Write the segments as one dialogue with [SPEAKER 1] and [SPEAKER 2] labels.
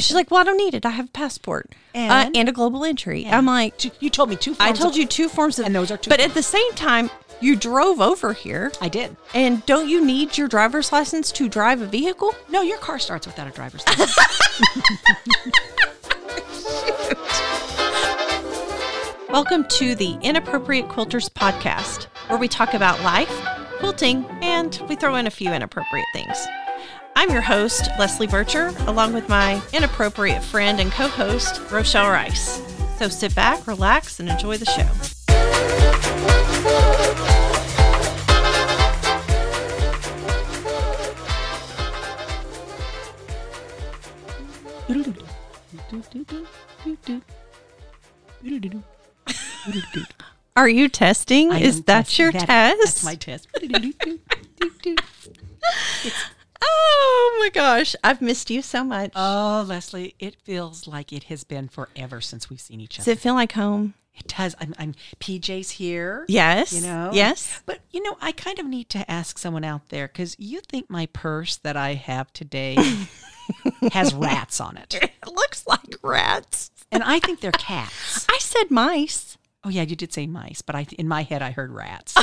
[SPEAKER 1] She's like, well, I don't need it. I have a passport
[SPEAKER 2] And?
[SPEAKER 1] uh, and a global entry. I'm like,
[SPEAKER 2] Two- You told me two.
[SPEAKER 1] I
[SPEAKER 2] forms
[SPEAKER 1] told
[SPEAKER 2] of-
[SPEAKER 1] you two forms of,
[SPEAKER 2] And those are two
[SPEAKER 1] But at the same time, you drove over here,
[SPEAKER 2] I did.
[SPEAKER 1] and don't you need your driver's license to drive a vehicle?
[SPEAKER 2] No, your car starts without a driver's license.
[SPEAKER 1] Welcome to the Inappropriate Quilters podcast, where we talk about life, quilting, and we throw in a few inappropriate things. I'm your host, Leslie Bircher, along with my inappropriate friend and co host, Rochelle Rice. So sit back, relax, and enjoy the show. Are you testing?
[SPEAKER 2] I
[SPEAKER 1] Is
[SPEAKER 2] am
[SPEAKER 1] that
[SPEAKER 2] testing
[SPEAKER 1] your
[SPEAKER 2] that.
[SPEAKER 1] test?
[SPEAKER 2] That's my test.
[SPEAKER 1] oh my gosh, I've missed you so much.
[SPEAKER 2] oh, Leslie, it feels like it has been forever since we've seen each
[SPEAKER 1] Does
[SPEAKER 2] other.
[SPEAKER 1] it feel like home?
[SPEAKER 2] It does. I'm, I'm PJ's here.
[SPEAKER 1] Yes.
[SPEAKER 2] You know.
[SPEAKER 1] Yes.
[SPEAKER 2] But you know, I kind of need to ask someone out there because you think my purse that I have today has rats on it,
[SPEAKER 1] It looks like rats.
[SPEAKER 2] and I think they're cats.
[SPEAKER 1] I said mice.
[SPEAKER 2] Oh yeah, you did say mice, but I in my head I heard rats.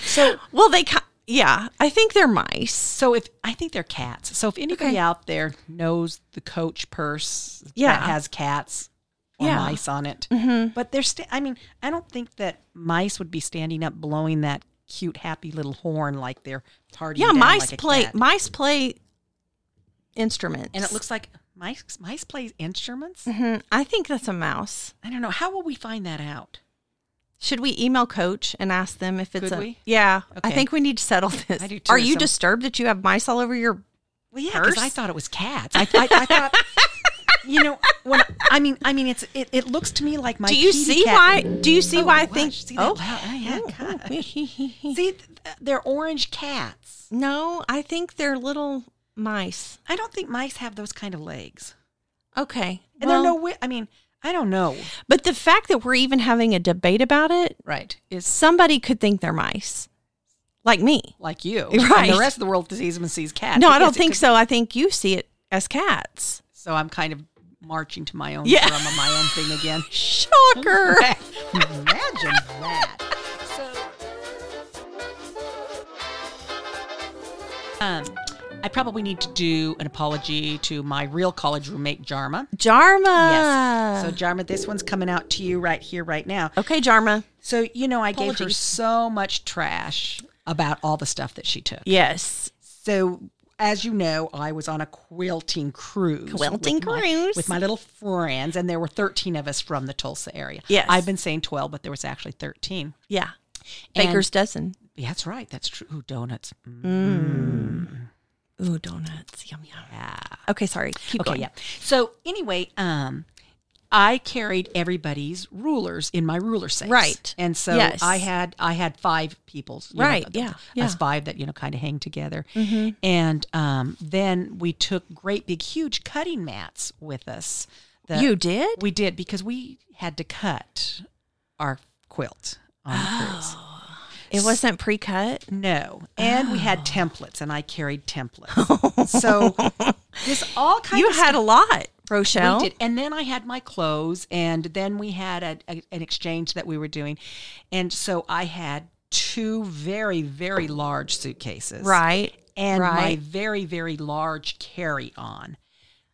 [SPEAKER 2] so
[SPEAKER 1] Well, they ca- yeah, I think they're mice.
[SPEAKER 2] So if I think they're cats. So if anybody
[SPEAKER 1] Okay.
[SPEAKER 2] out there knows the coach purse
[SPEAKER 1] Yeah.
[SPEAKER 2] that has cats or
[SPEAKER 1] Yeah. Mm-hmm.
[SPEAKER 2] mice on it, but they're sta- I mean, I don't think that mice would be standing up blowing that cute happy little horn like they're partying.
[SPEAKER 1] Yeah,
[SPEAKER 2] down
[SPEAKER 1] mice
[SPEAKER 2] like a
[SPEAKER 1] play
[SPEAKER 2] cat.
[SPEAKER 1] mice play instruments.
[SPEAKER 2] and it looks like mice mice plays instruments.
[SPEAKER 1] Mhm. I think that's a mouse.
[SPEAKER 2] I don't know how will we find that out.
[SPEAKER 1] Should we email coach and ask them if it's
[SPEAKER 2] Could
[SPEAKER 1] a
[SPEAKER 2] we?
[SPEAKER 1] Yeah, I
[SPEAKER 2] Okay.
[SPEAKER 1] think we need to settle this.
[SPEAKER 2] I do too.
[SPEAKER 1] Are you
[SPEAKER 2] Some-
[SPEAKER 1] disturbed that you have mice all over your
[SPEAKER 2] Well, yeah, because I
[SPEAKER 1] Purse?
[SPEAKER 2] thought it was cats. I, I, I thought, you know, when I mean, I mean, it's it, it looks to me like my.
[SPEAKER 1] Do you
[SPEAKER 2] kitty
[SPEAKER 1] see
[SPEAKER 2] cat-
[SPEAKER 1] why do you see
[SPEAKER 2] Oh,
[SPEAKER 1] why I
[SPEAKER 2] gosh,
[SPEAKER 1] think
[SPEAKER 2] see that? Wow. Oh, yeah, God.
[SPEAKER 1] oh.
[SPEAKER 2] See, th- th- they're orange cats.
[SPEAKER 1] No, I think they're little mice.
[SPEAKER 2] I don't think mice have those kind of legs.
[SPEAKER 1] Okay.
[SPEAKER 2] And
[SPEAKER 1] well-
[SPEAKER 2] there are no way. I mean, I don't know.
[SPEAKER 1] But the fact that we're even having a debate about it,
[SPEAKER 2] Right. Is
[SPEAKER 1] somebody could think they're mice, like me.
[SPEAKER 2] like you.
[SPEAKER 1] Right.
[SPEAKER 2] And the rest of the world sees them and sees cats.
[SPEAKER 1] No,
[SPEAKER 2] But
[SPEAKER 1] I
[SPEAKER 2] yes,
[SPEAKER 1] don't
[SPEAKER 2] it
[SPEAKER 1] think
[SPEAKER 2] could-
[SPEAKER 1] so. I think you see it as cats.
[SPEAKER 2] So I'm kind of marching to my own
[SPEAKER 1] Yeah.
[SPEAKER 2] drum of my own thing again.
[SPEAKER 1] Shocker.
[SPEAKER 2] Imagine that. So, um, I probably need to do an apology to my real college roommate, Jarma.
[SPEAKER 1] Jarma. Ah.
[SPEAKER 2] Yes. So, Jarma, this one's coming out to you right here, right now.
[SPEAKER 1] okay, Jarma.
[SPEAKER 2] So, you know, I gave her
[SPEAKER 1] Apologies.
[SPEAKER 2] so much trash about all the stuff that she took.
[SPEAKER 1] Yes.
[SPEAKER 2] So, as you know, I was on a quilting cruise.
[SPEAKER 1] Quilting
[SPEAKER 2] with my-
[SPEAKER 1] cruise.
[SPEAKER 2] with my little friends, and there were 13 of us from the Tulsa area.
[SPEAKER 1] Yes.
[SPEAKER 2] I've been saying 12, but there was actually 13.
[SPEAKER 1] Yeah.
[SPEAKER 2] And-
[SPEAKER 1] Baker's dozen.
[SPEAKER 2] Yeah, that's right. That's true. Ooh, donuts. Mm,
[SPEAKER 1] Ooh, donuts. Yum, yum. Okay, sorry. Keep
[SPEAKER 2] Okay,
[SPEAKER 1] going.
[SPEAKER 2] yeah. So, anyway, um, I carried everybody's rulers in my ruler safes.
[SPEAKER 1] Right.
[SPEAKER 2] And so
[SPEAKER 1] Yes.
[SPEAKER 2] I had I had five people's you know,
[SPEAKER 1] Right,
[SPEAKER 2] the-
[SPEAKER 1] yeah,
[SPEAKER 2] us
[SPEAKER 1] yeah. Mm-hmm.
[SPEAKER 2] five that you know kind of hang together. And um, then we took great big huge cutting mats with us. The-
[SPEAKER 1] You did?
[SPEAKER 2] We did because we had to cut our quilt on
[SPEAKER 1] Oh.
[SPEAKER 2] the cruise.
[SPEAKER 1] It wasn't pre cut.
[SPEAKER 2] No. And we
[SPEAKER 1] Oh.
[SPEAKER 2] had templates and I carried templates. so this all kind
[SPEAKER 1] You
[SPEAKER 2] of
[SPEAKER 1] had a lot,
[SPEAKER 2] we
[SPEAKER 1] Rochelle.
[SPEAKER 2] did. And then I had my clothes, and then we had a, a- an exchange that we were doing. And so I had two very, very large suitcases.
[SPEAKER 1] Right.
[SPEAKER 2] And my
[SPEAKER 1] right.
[SPEAKER 2] very, very large carry on.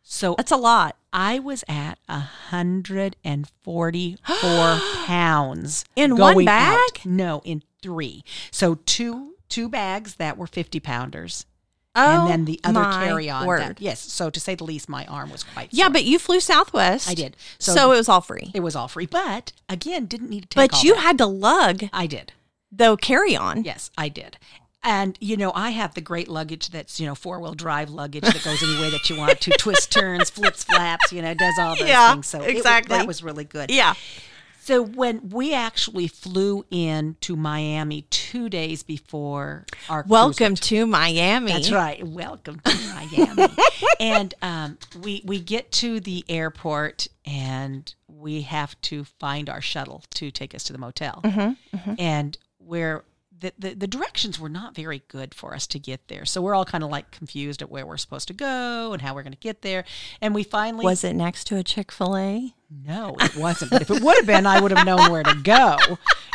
[SPEAKER 2] So
[SPEAKER 1] That's a lot.
[SPEAKER 2] I was at 144 pounds.
[SPEAKER 1] In one
[SPEAKER 2] going out.
[SPEAKER 1] bag?
[SPEAKER 2] No, in three. So two two bags that were 50 pounders.
[SPEAKER 1] Oh,
[SPEAKER 2] and then the other
[SPEAKER 1] my
[SPEAKER 2] carry on.
[SPEAKER 1] Word.
[SPEAKER 2] yes. So to say the least, my arm was quite
[SPEAKER 1] Yeah,
[SPEAKER 2] sore.
[SPEAKER 1] but you flew Southwest.
[SPEAKER 2] I did.
[SPEAKER 1] So,
[SPEAKER 2] So-
[SPEAKER 1] it was all free.
[SPEAKER 2] It was all free, but again, didn't need to take.
[SPEAKER 1] But
[SPEAKER 2] all
[SPEAKER 1] you
[SPEAKER 2] that.
[SPEAKER 1] had to lug
[SPEAKER 2] I did.
[SPEAKER 1] the carry on.
[SPEAKER 2] Yes, I did. And you know, I have the great luggage that's you know four wheel drive luggage that goes any way that you want to, twists, turns, flips, flaps. You know, does all those
[SPEAKER 1] Yeah,
[SPEAKER 2] things. So it wa-
[SPEAKER 1] exactly.
[SPEAKER 2] that was really good.
[SPEAKER 1] Yeah.
[SPEAKER 2] So when we actually flew in to Miami two days before our cruise
[SPEAKER 1] Welcome to Miami.
[SPEAKER 2] That's right. Welcome to Miami. and um, we we get to the airport and Mm-hmm, we have to find our shuttle to take us to the motel. And where the, the, the directions were not very good for us to get there. So we're all kind of like confused at where we're supposed to go and how we're going to get there. And we finally
[SPEAKER 1] Was it next to a Chick fil A?
[SPEAKER 2] no, it wasn't. But if it would have been, I would have known where to go.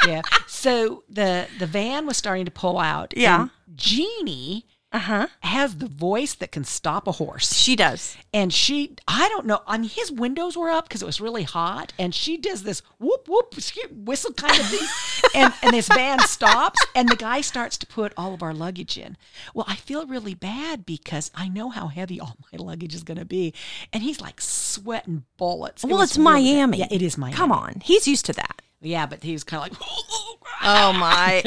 [SPEAKER 2] Yeah. So the the van was starting to pull out.
[SPEAKER 1] Yeah.
[SPEAKER 2] and Jeannie
[SPEAKER 1] Uh huh.
[SPEAKER 2] has the voice that can stop a horse.
[SPEAKER 1] She does.
[SPEAKER 2] And she, I don't know, I mean, his windows were up because it was really hot. And she does this whoop, whoop, skew- whistle kind of thing. and, and this van stops, and the guy starts to put all of our luggage in. Well, I feel really bad because I know how heavy all my luggage is going to be. And he's like sweating bullets. It
[SPEAKER 1] Well,
[SPEAKER 2] was
[SPEAKER 1] it's
[SPEAKER 2] really bad.
[SPEAKER 1] Miami.
[SPEAKER 2] Yeah, it is Miami.
[SPEAKER 1] Come on. He's used to that.
[SPEAKER 2] Yeah, but he was kind of like, "Oh, oh, oh."
[SPEAKER 1] Oh, my.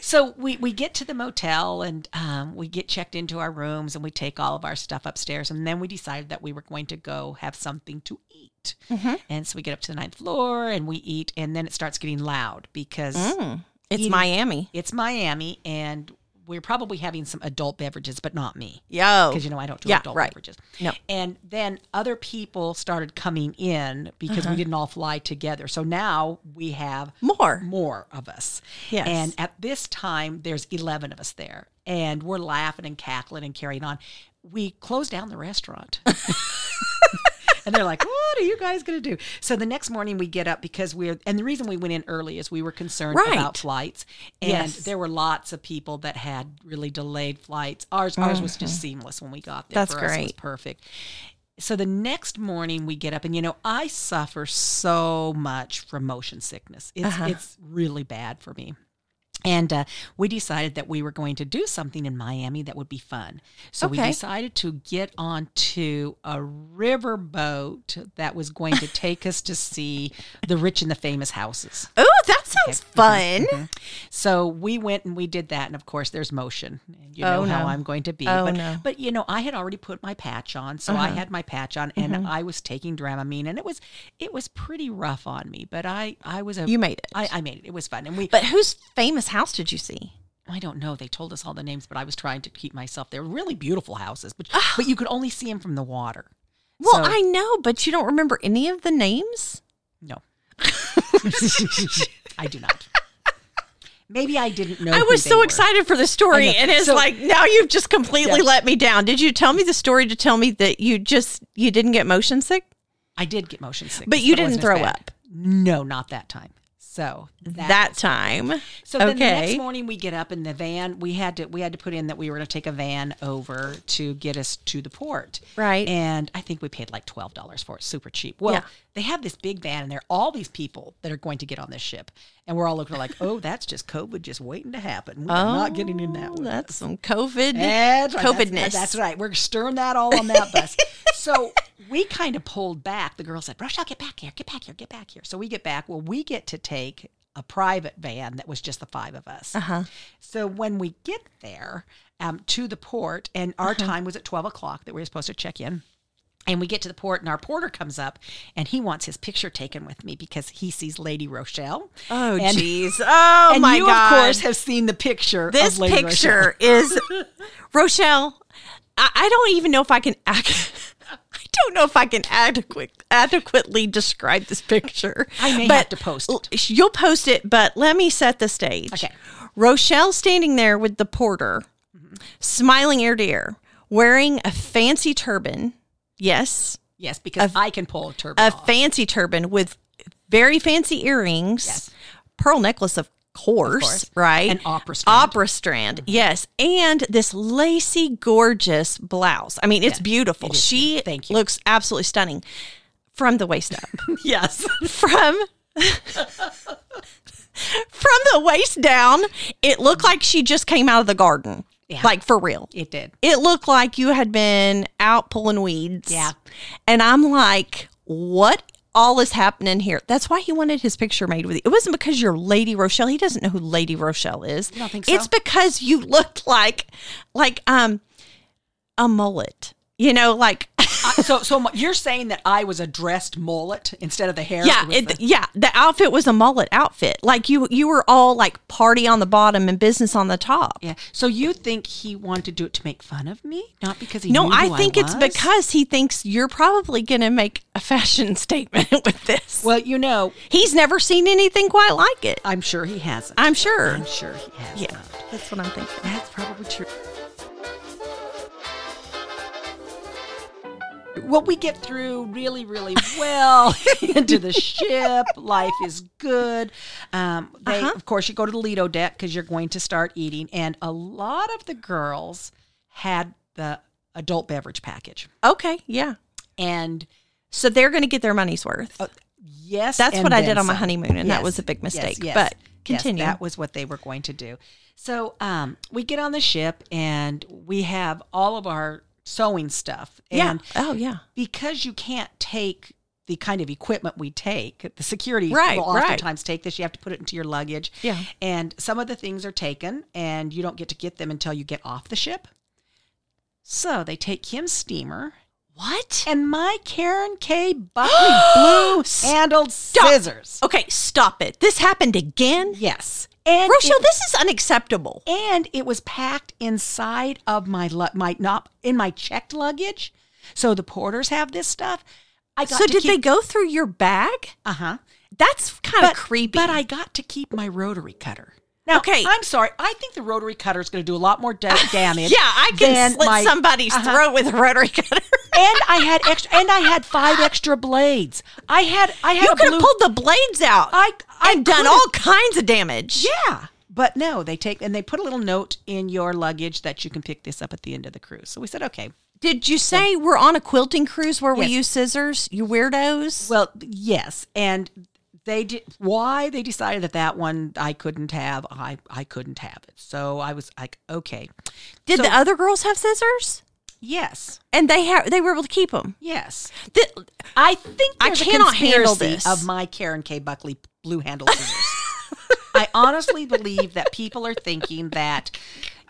[SPEAKER 2] so we, we get to the motel and um, we get checked into our rooms and we take all of our stuff upstairs and then we decided that we were going to go have something to eat
[SPEAKER 1] Mm-hmm.
[SPEAKER 2] and so we get up to the ninth floor and we eat and then it starts getting loud because
[SPEAKER 1] it's
[SPEAKER 2] Eating-
[SPEAKER 1] Miami.
[SPEAKER 2] it's miami and we're probably having some adult beverages but not me
[SPEAKER 1] Yo.
[SPEAKER 2] because you know I don't do
[SPEAKER 1] Yeah,
[SPEAKER 2] adult
[SPEAKER 1] right.
[SPEAKER 2] beverages.
[SPEAKER 1] No.
[SPEAKER 2] And then other people started coming in because
[SPEAKER 1] Uh-huh.
[SPEAKER 2] we didn't all fly together. So now we have
[SPEAKER 1] More.
[SPEAKER 2] more of us.
[SPEAKER 1] Yes.
[SPEAKER 2] And at this time, there's 11 of us there, and we're laughing and cackling and carrying on. We closed down the restaurant. And they're like, what are you guys going to do? So the next morning we get up because we're, and the reason we went in early is we were concerned
[SPEAKER 1] Right.
[SPEAKER 2] about flights. And
[SPEAKER 1] Yes.
[SPEAKER 2] there were lots of people that had really delayed flights. Ours, ours was
[SPEAKER 1] Oh.
[SPEAKER 2] just seamless when we got there.
[SPEAKER 1] That's
[SPEAKER 2] For us, it was
[SPEAKER 1] great.
[SPEAKER 2] perfect. So the next morning we get up, and you know, I suffer so much from motion sickness. It's,
[SPEAKER 1] Uh-huh.
[SPEAKER 2] it's really bad for me. And uh, we decided that we were going to do something in Miami that would be fun. So we
[SPEAKER 1] Okay.
[SPEAKER 2] decided to get onto a river boat that was going to take us to see the rich and the famous houses.
[SPEAKER 1] Oh, that sounds
[SPEAKER 2] Mm-hmm.
[SPEAKER 1] fun.
[SPEAKER 2] So we went and we did that. And of course, there's motion. And you know
[SPEAKER 1] Oh,
[SPEAKER 2] how
[SPEAKER 1] no.
[SPEAKER 2] I'm going to be.
[SPEAKER 1] Oh,
[SPEAKER 2] but,
[SPEAKER 1] no. Uh-huh.
[SPEAKER 2] but, you know, I had already put my patch on. So I had my patch on and
[SPEAKER 1] Mm-hmm.
[SPEAKER 2] I was taking Dramamine. And it was it was pretty rough on me. But I, I was a.
[SPEAKER 1] You made it.
[SPEAKER 2] I, I made it. It was fun. And we.
[SPEAKER 1] But whose famous house did you see?
[SPEAKER 2] I don't know. They told us all the names, but I was trying to keep myself. They're really beautiful houses, but but you could only see them from the water.
[SPEAKER 1] Ah. Well,
[SPEAKER 2] So-
[SPEAKER 1] I know, but you don't remember any of the names?
[SPEAKER 2] No, I do not. Maybe I didn't know.
[SPEAKER 1] I
[SPEAKER 2] who
[SPEAKER 1] was
[SPEAKER 2] they
[SPEAKER 1] so
[SPEAKER 2] were.
[SPEAKER 1] excited for the story,
[SPEAKER 2] I know.
[SPEAKER 1] and it's
[SPEAKER 2] So-
[SPEAKER 1] like now you've just completely
[SPEAKER 2] Yeah.
[SPEAKER 1] let me down. Did you tell me the story to tell me that you just you didn't get motion sick?
[SPEAKER 2] I did get motion sickness,
[SPEAKER 1] But you
[SPEAKER 2] it
[SPEAKER 1] didn't
[SPEAKER 2] wasn't as
[SPEAKER 1] throw
[SPEAKER 2] bad.
[SPEAKER 1] up.
[SPEAKER 2] No, not that time. So that,
[SPEAKER 1] that time.
[SPEAKER 2] So then the next
[SPEAKER 1] okay.
[SPEAKER 2] morning we get up in the van. We had to we had to put in that we were going to take a van over to get us to the port.
[SPEAKER 1] Right.
[SPEAKER 2] And I think we paid like twelve dollars for it, super cheap. Well,
[SPEAKER 1] Yeah.
[SPEAKER 2] they have this big van, and there are all these people that are going to get on this ship, and we're all looking like, oh, that's just COVID just waiting to happen. We're not getting in that
[SPEAKER 1] Oh,
[SPEAKER 2] one.
[SPEAKER 1] that's some COVID
[SPEAKER 2] That's right. That's-
[SPEAKER 1] COVIDness.
[SPEAKER 2] That's, right. We're stirring that all on that bus. so we kind of pulled back. The girl said, Rochelle, get back here, get back here, get back here. So we get back. Well, we get to take a private van that was just the five of us. Uh-huh. So when we get there um, to the port, and our
[SPEAKER 1] Uh-huh.
[SPEAKER 2] time was at 12 o'clock that we were supposed to check in. And we get to the port, and our porter comes up, and he wants his picture taken with me because he sees Lady Rochelle.
[SPEAKER 1] Oh
[SPEAKER 2] And-
[SPEAKER 1] jeez. Oh
[SPEAKER 2] and
[SPEAKER 1] my
[SPEAKER 2] you,
[SPEAKER 1] god.
[SPEAKER 2] of course, have seen the picture. of
[SPEAKER 1] this
[SPEAKER 2] Lady Rochelle.
[SPEAKER 1] picture is Rochelle. I, I don't even know if I can. Ac- I don't know if I can adequate, adequately describe this picture.
[SPEAKER 2] I may have to post
[SPEAKER 1] it. You'll post it, but let me set the stage.
[SPEAKER 2] Okay.
[SPEAKER 1] Rochelle standing there with the porter,
[SPEAKER 2] Mm-hmm.
[SPEAKER 1] smiling ear to ear, wearing a fancy turban. Yes,
[SPEAKER 2] Yes, because I can pull a turban
[SPEAKER 1] a
[SPEAKER 2] off.
[SPEAKER 1] fancy turban with very fancy earrings, pearl necklace, of course,
[SPEAKER 2] course.
[SPEAKER 1] right?
[SPEAKER 2] An opera strand. Mm-hmm.
[SPEAKER 1] Opera strand, yes. And this lacy, gorgeous blouse. I mean, it's beautiful.
[SPEAKER 2] is
[SPEAKER 1] she
[SPEAKER 2] beautiful. Thank you.
[SPEAKER 1] looks absolutely stunning from the waist up.
[SPEAKER 2] Yes.
[SPEAKER 1] from. From the waist down, it looked like she just came out of the garden.
[SPEAKER 2] Yeah.
[SPEAKER 1] Like for real.
[SPEAKER 2] It did.
[SPEAKER 1] it looked like you had been out pulling weeds.
[SPEAKER 2] Yeah.
[SPEAKER 1] And I'm like, what all is happening here? That's why he wanted his picture made with you. It wasn't because you're Lady Rochelle. He doesn't know who Lady Rochelle is.
[SPEAKER 2] don't think
[SPEAKER 1] It's
[SPEAKER 2] so?
[SPEAKER 1] because you looked like like um a mullet. You know, like
[SPEAKER 2] I, so, so my- you're saying that I was a dressed mullet instead of the hair?
[SPEAKER 1] Yeah,
[SPEAKER 2] with
[SPEAKER 1] it,
[SPEAKER 2] the-
[SPEAKER 1] yeah. The outfit was a mullet outfit. Like you, you were all like party on the bottom and business on the top.
[SPEAKER 2] yeah. So you think he wanted to do it to make fun of me, not because he?
[SPEAKER 1] No,
[SPEAKER 2] knew who
[SPEAKER 1] I think it's
[SPEAKER 2] was?
[SPEAKER 1] because he thinks you're probably going to make a fashion statement with this.
[SPEAKER 2] Well, you know,
[SPEAKER 1] He's never seen anything quite like it.
[SPEAKER 2] I'm sure he hasn't.
[SPEAKER 1] I'm sure.
[SPEAKER 2] I'm sure he has.
[SPEAKER 1] Yeah, that's what I'm thinking.
[SPEAKER 2] That's probably true. Well, we get through really, really well into the ship. Life is good. Um, they,
[SPEAKER 1] Uh-huh.
[SPEAKER 2] Of course, you go to the Lido deck because you're going to start eating. And a lot of the girls had the adult beverage package.
[SPEAKER 1] Okay, yeah.
[SPEAKER 2] And
[SPEAKER 1] So they're going to get their money's worth.
[SPEAKER 2] yes,
[SPEAKER 1] That's
[SPEAKER 2] Oh, and
[SPEAKER 1] what I
[SPEAKER 2] then
[SPEAKER 1] did on my
[SPEAKER 2] some.
[SPEAKER 1] honeymoon, and that
[SPEAKER 2] Yes,
[SPEAKER 1] was a big
[SPEAKER 2] yes,
[SPEAKER 1] mistake.
[SPEAKER 2] yes,
[SPEAKER 1] But
[SPEAKER 2] yes,
[SPEAKER 1] continue.
[SPEAKER 2] that was what they were going to do. So um, we get on the ship and we have all of our sewing stuff.
[SPEAKER 1] yeah.
[SPEAKER 2] And
[SPEAKER 1] Oh, yeah.
[SPEAKER 2] because you can't take the kind of equipment we take, the security
[SPEAKER 1] Right,
[SPEAKER 2] will
[SPEAKER 1] right.
[SPEAKER 2] oftentimes take this. You have to put it into your luggage.
[SPEAKER 1] Yeah.
[SPEAKER 2] And some of the things are taken and you don't get to get them until you get off the ship. So they take Kim's steamer
[SPEAKER 1] What?
[SPEAKER 2] and my Karen K. Buckley blue handled scissors.
[SPEAKER 1] Okay, stop it. This happened again.
[SPEAKER 2] Yes. And it-
[SPEAKER 1] Rochelle, this is unacceptable.
[SPEAKER 2] and it was packed inside of my lu- my not in my checked luggage. So the porters have this stuff. I got
[SPEAKER 1] So
[SPEAKER 2] to
[SPEAKER 1] did they
[SPEAKER 2] keep,
[SPEAKER 1] go through your bag?
[SPEAKER 2] Uh huh.
[SPEAKER 1] That's kind of creepy.
[SPEAKER 2] But I got to keep my rotary cutter. Now,
[SPEAKER 1] Okay.
[SPEAKER 2] I'm sorry. I think the rotary cutter is going to do a lot more da- damage.
[SPEAKER 1] yeah, I can
[SPEAKER 2] than
[SPEAKER 1] slit
[SPEAKER 2] my- Uh,
[SPEAKER 1] somebody's
[SPEAKER 2] uh-huh.
[SPEAKER 1] throat with a rotary cutter.
[SPEAKER 2] And I had extra. And I had five extra blades. I had. I had
[SPEAKER 1] you
[SPEAKER 2] a
[SPEAKER 1] could
[SPEAKER 2] blue-
[SPEAKER 1] have pulled the blades out.
[SPEAKER 2] I. I
[SPEAKER 1] and done
[SPEAKER 2] could've-
[SPEAKER 1] all kinds of damage.
[SPEAKER 2] Yeah. But no, they take and they put a little note in your luggage that you can pick this up at the end of the cruise. So we said, okay,
[SPEAKER 1] Did you say we're on a quilting cruise where we
[SPEAKER 2] Yes.
[SPEAKER 1] use scissors? You weirdos.
[SPEAKER 2] Well, yes, and they did. Why they decided that that one I couldn't have, I I couldn't have it. So I was like, okay,
[SPEAKER 1] Did the other girls have scissors?
[SPEAKER 2] yes,
[SPEAKER 1] And they ha- they were able to keep them.
[SPEAKER 2] yes.
[SPEAKER 1] I think I
[SPEAKER 2] There's a
[SPEAKER 1] cannot handle
[SPEAKER 2] conspiracy
[SPEAKER 1] this.
[SPEAKER 2] of my Karen K. Buckley blue handle scissors. I honestly believe that people are thinking that,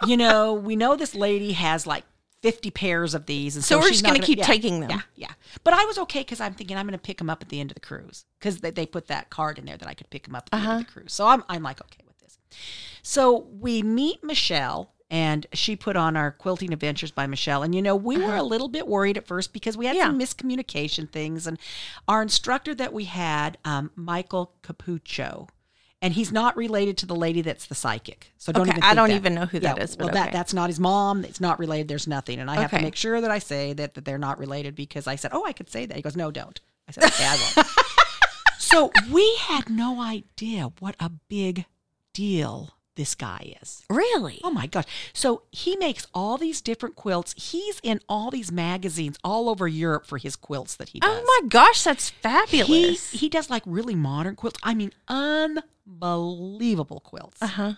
[SPEAKER 2] you know, we know this lady has like. 50 pairs of these. And so,
[SPEAKER 1] So we're
[SPEAKER 2] she's
[SPEAKER 1] just
[SPEAKER 2] not
[SPEAKER 1] gonna keep
[SPEAKER 2] yeah,
[SPEAKER 1] taking them.
[SPEAKER 2] Yeah. Yeah. But I was okay because I'm thinking I'm going to pick them up at the end of the cruise because they, they put that card in there that I could pick them up at the
[SPEAKER 1] Uh-huh.
[SPEAKER 2] end of the cruise. So I'm, I'm like, okay with this. So we meet Michelle and she put on our quilting adventures by Michelle. And you know, we
[SPEAKER 1] Uh-huh.
[SPEAKER 2] were a little bit worried at first because we had some miscommunication things. And our instructor that we had, um, Michael Capucho, and he's not related to the lady that's the psychic. So don't
[SPEAKER 1] Okay,
[SPEAKER 2] even
[SPEAKER 1] I
[SPEAKER 2] think
[SPEAKER 1] don't
[SPEAKER 2] that.
[SPEAKER 1] even know who that is,
[SPEAKER 2] Well,
[SPEAKER 1] but
[SPEAKER 2] that,
[SPEAKER 1] okay.
[SPEAKER 2] that's not his mom. It's not related. There's nothing. And I have to
[SPEAKER 1] Okay.
[SPEAKER 2] make sure that I say that, that they're not related because I said, oh, I could say that. He goes, no, don't. I said, okay, I won't. so we had no idea what a big deal this guy is.
[SPEAKER 1] really?
[SPEAKER 2] Oh my gosh. So he makes all these different quilts. He's in all these magazines all over Europe for his quilts that he does.
[SPEAKER 1] Oh my gosh, that's fabulous.
[SPEAKER 2] He, he does like really modern quilts. I mean, unbelievable quilts.
[SPEAKER 1] uh huh.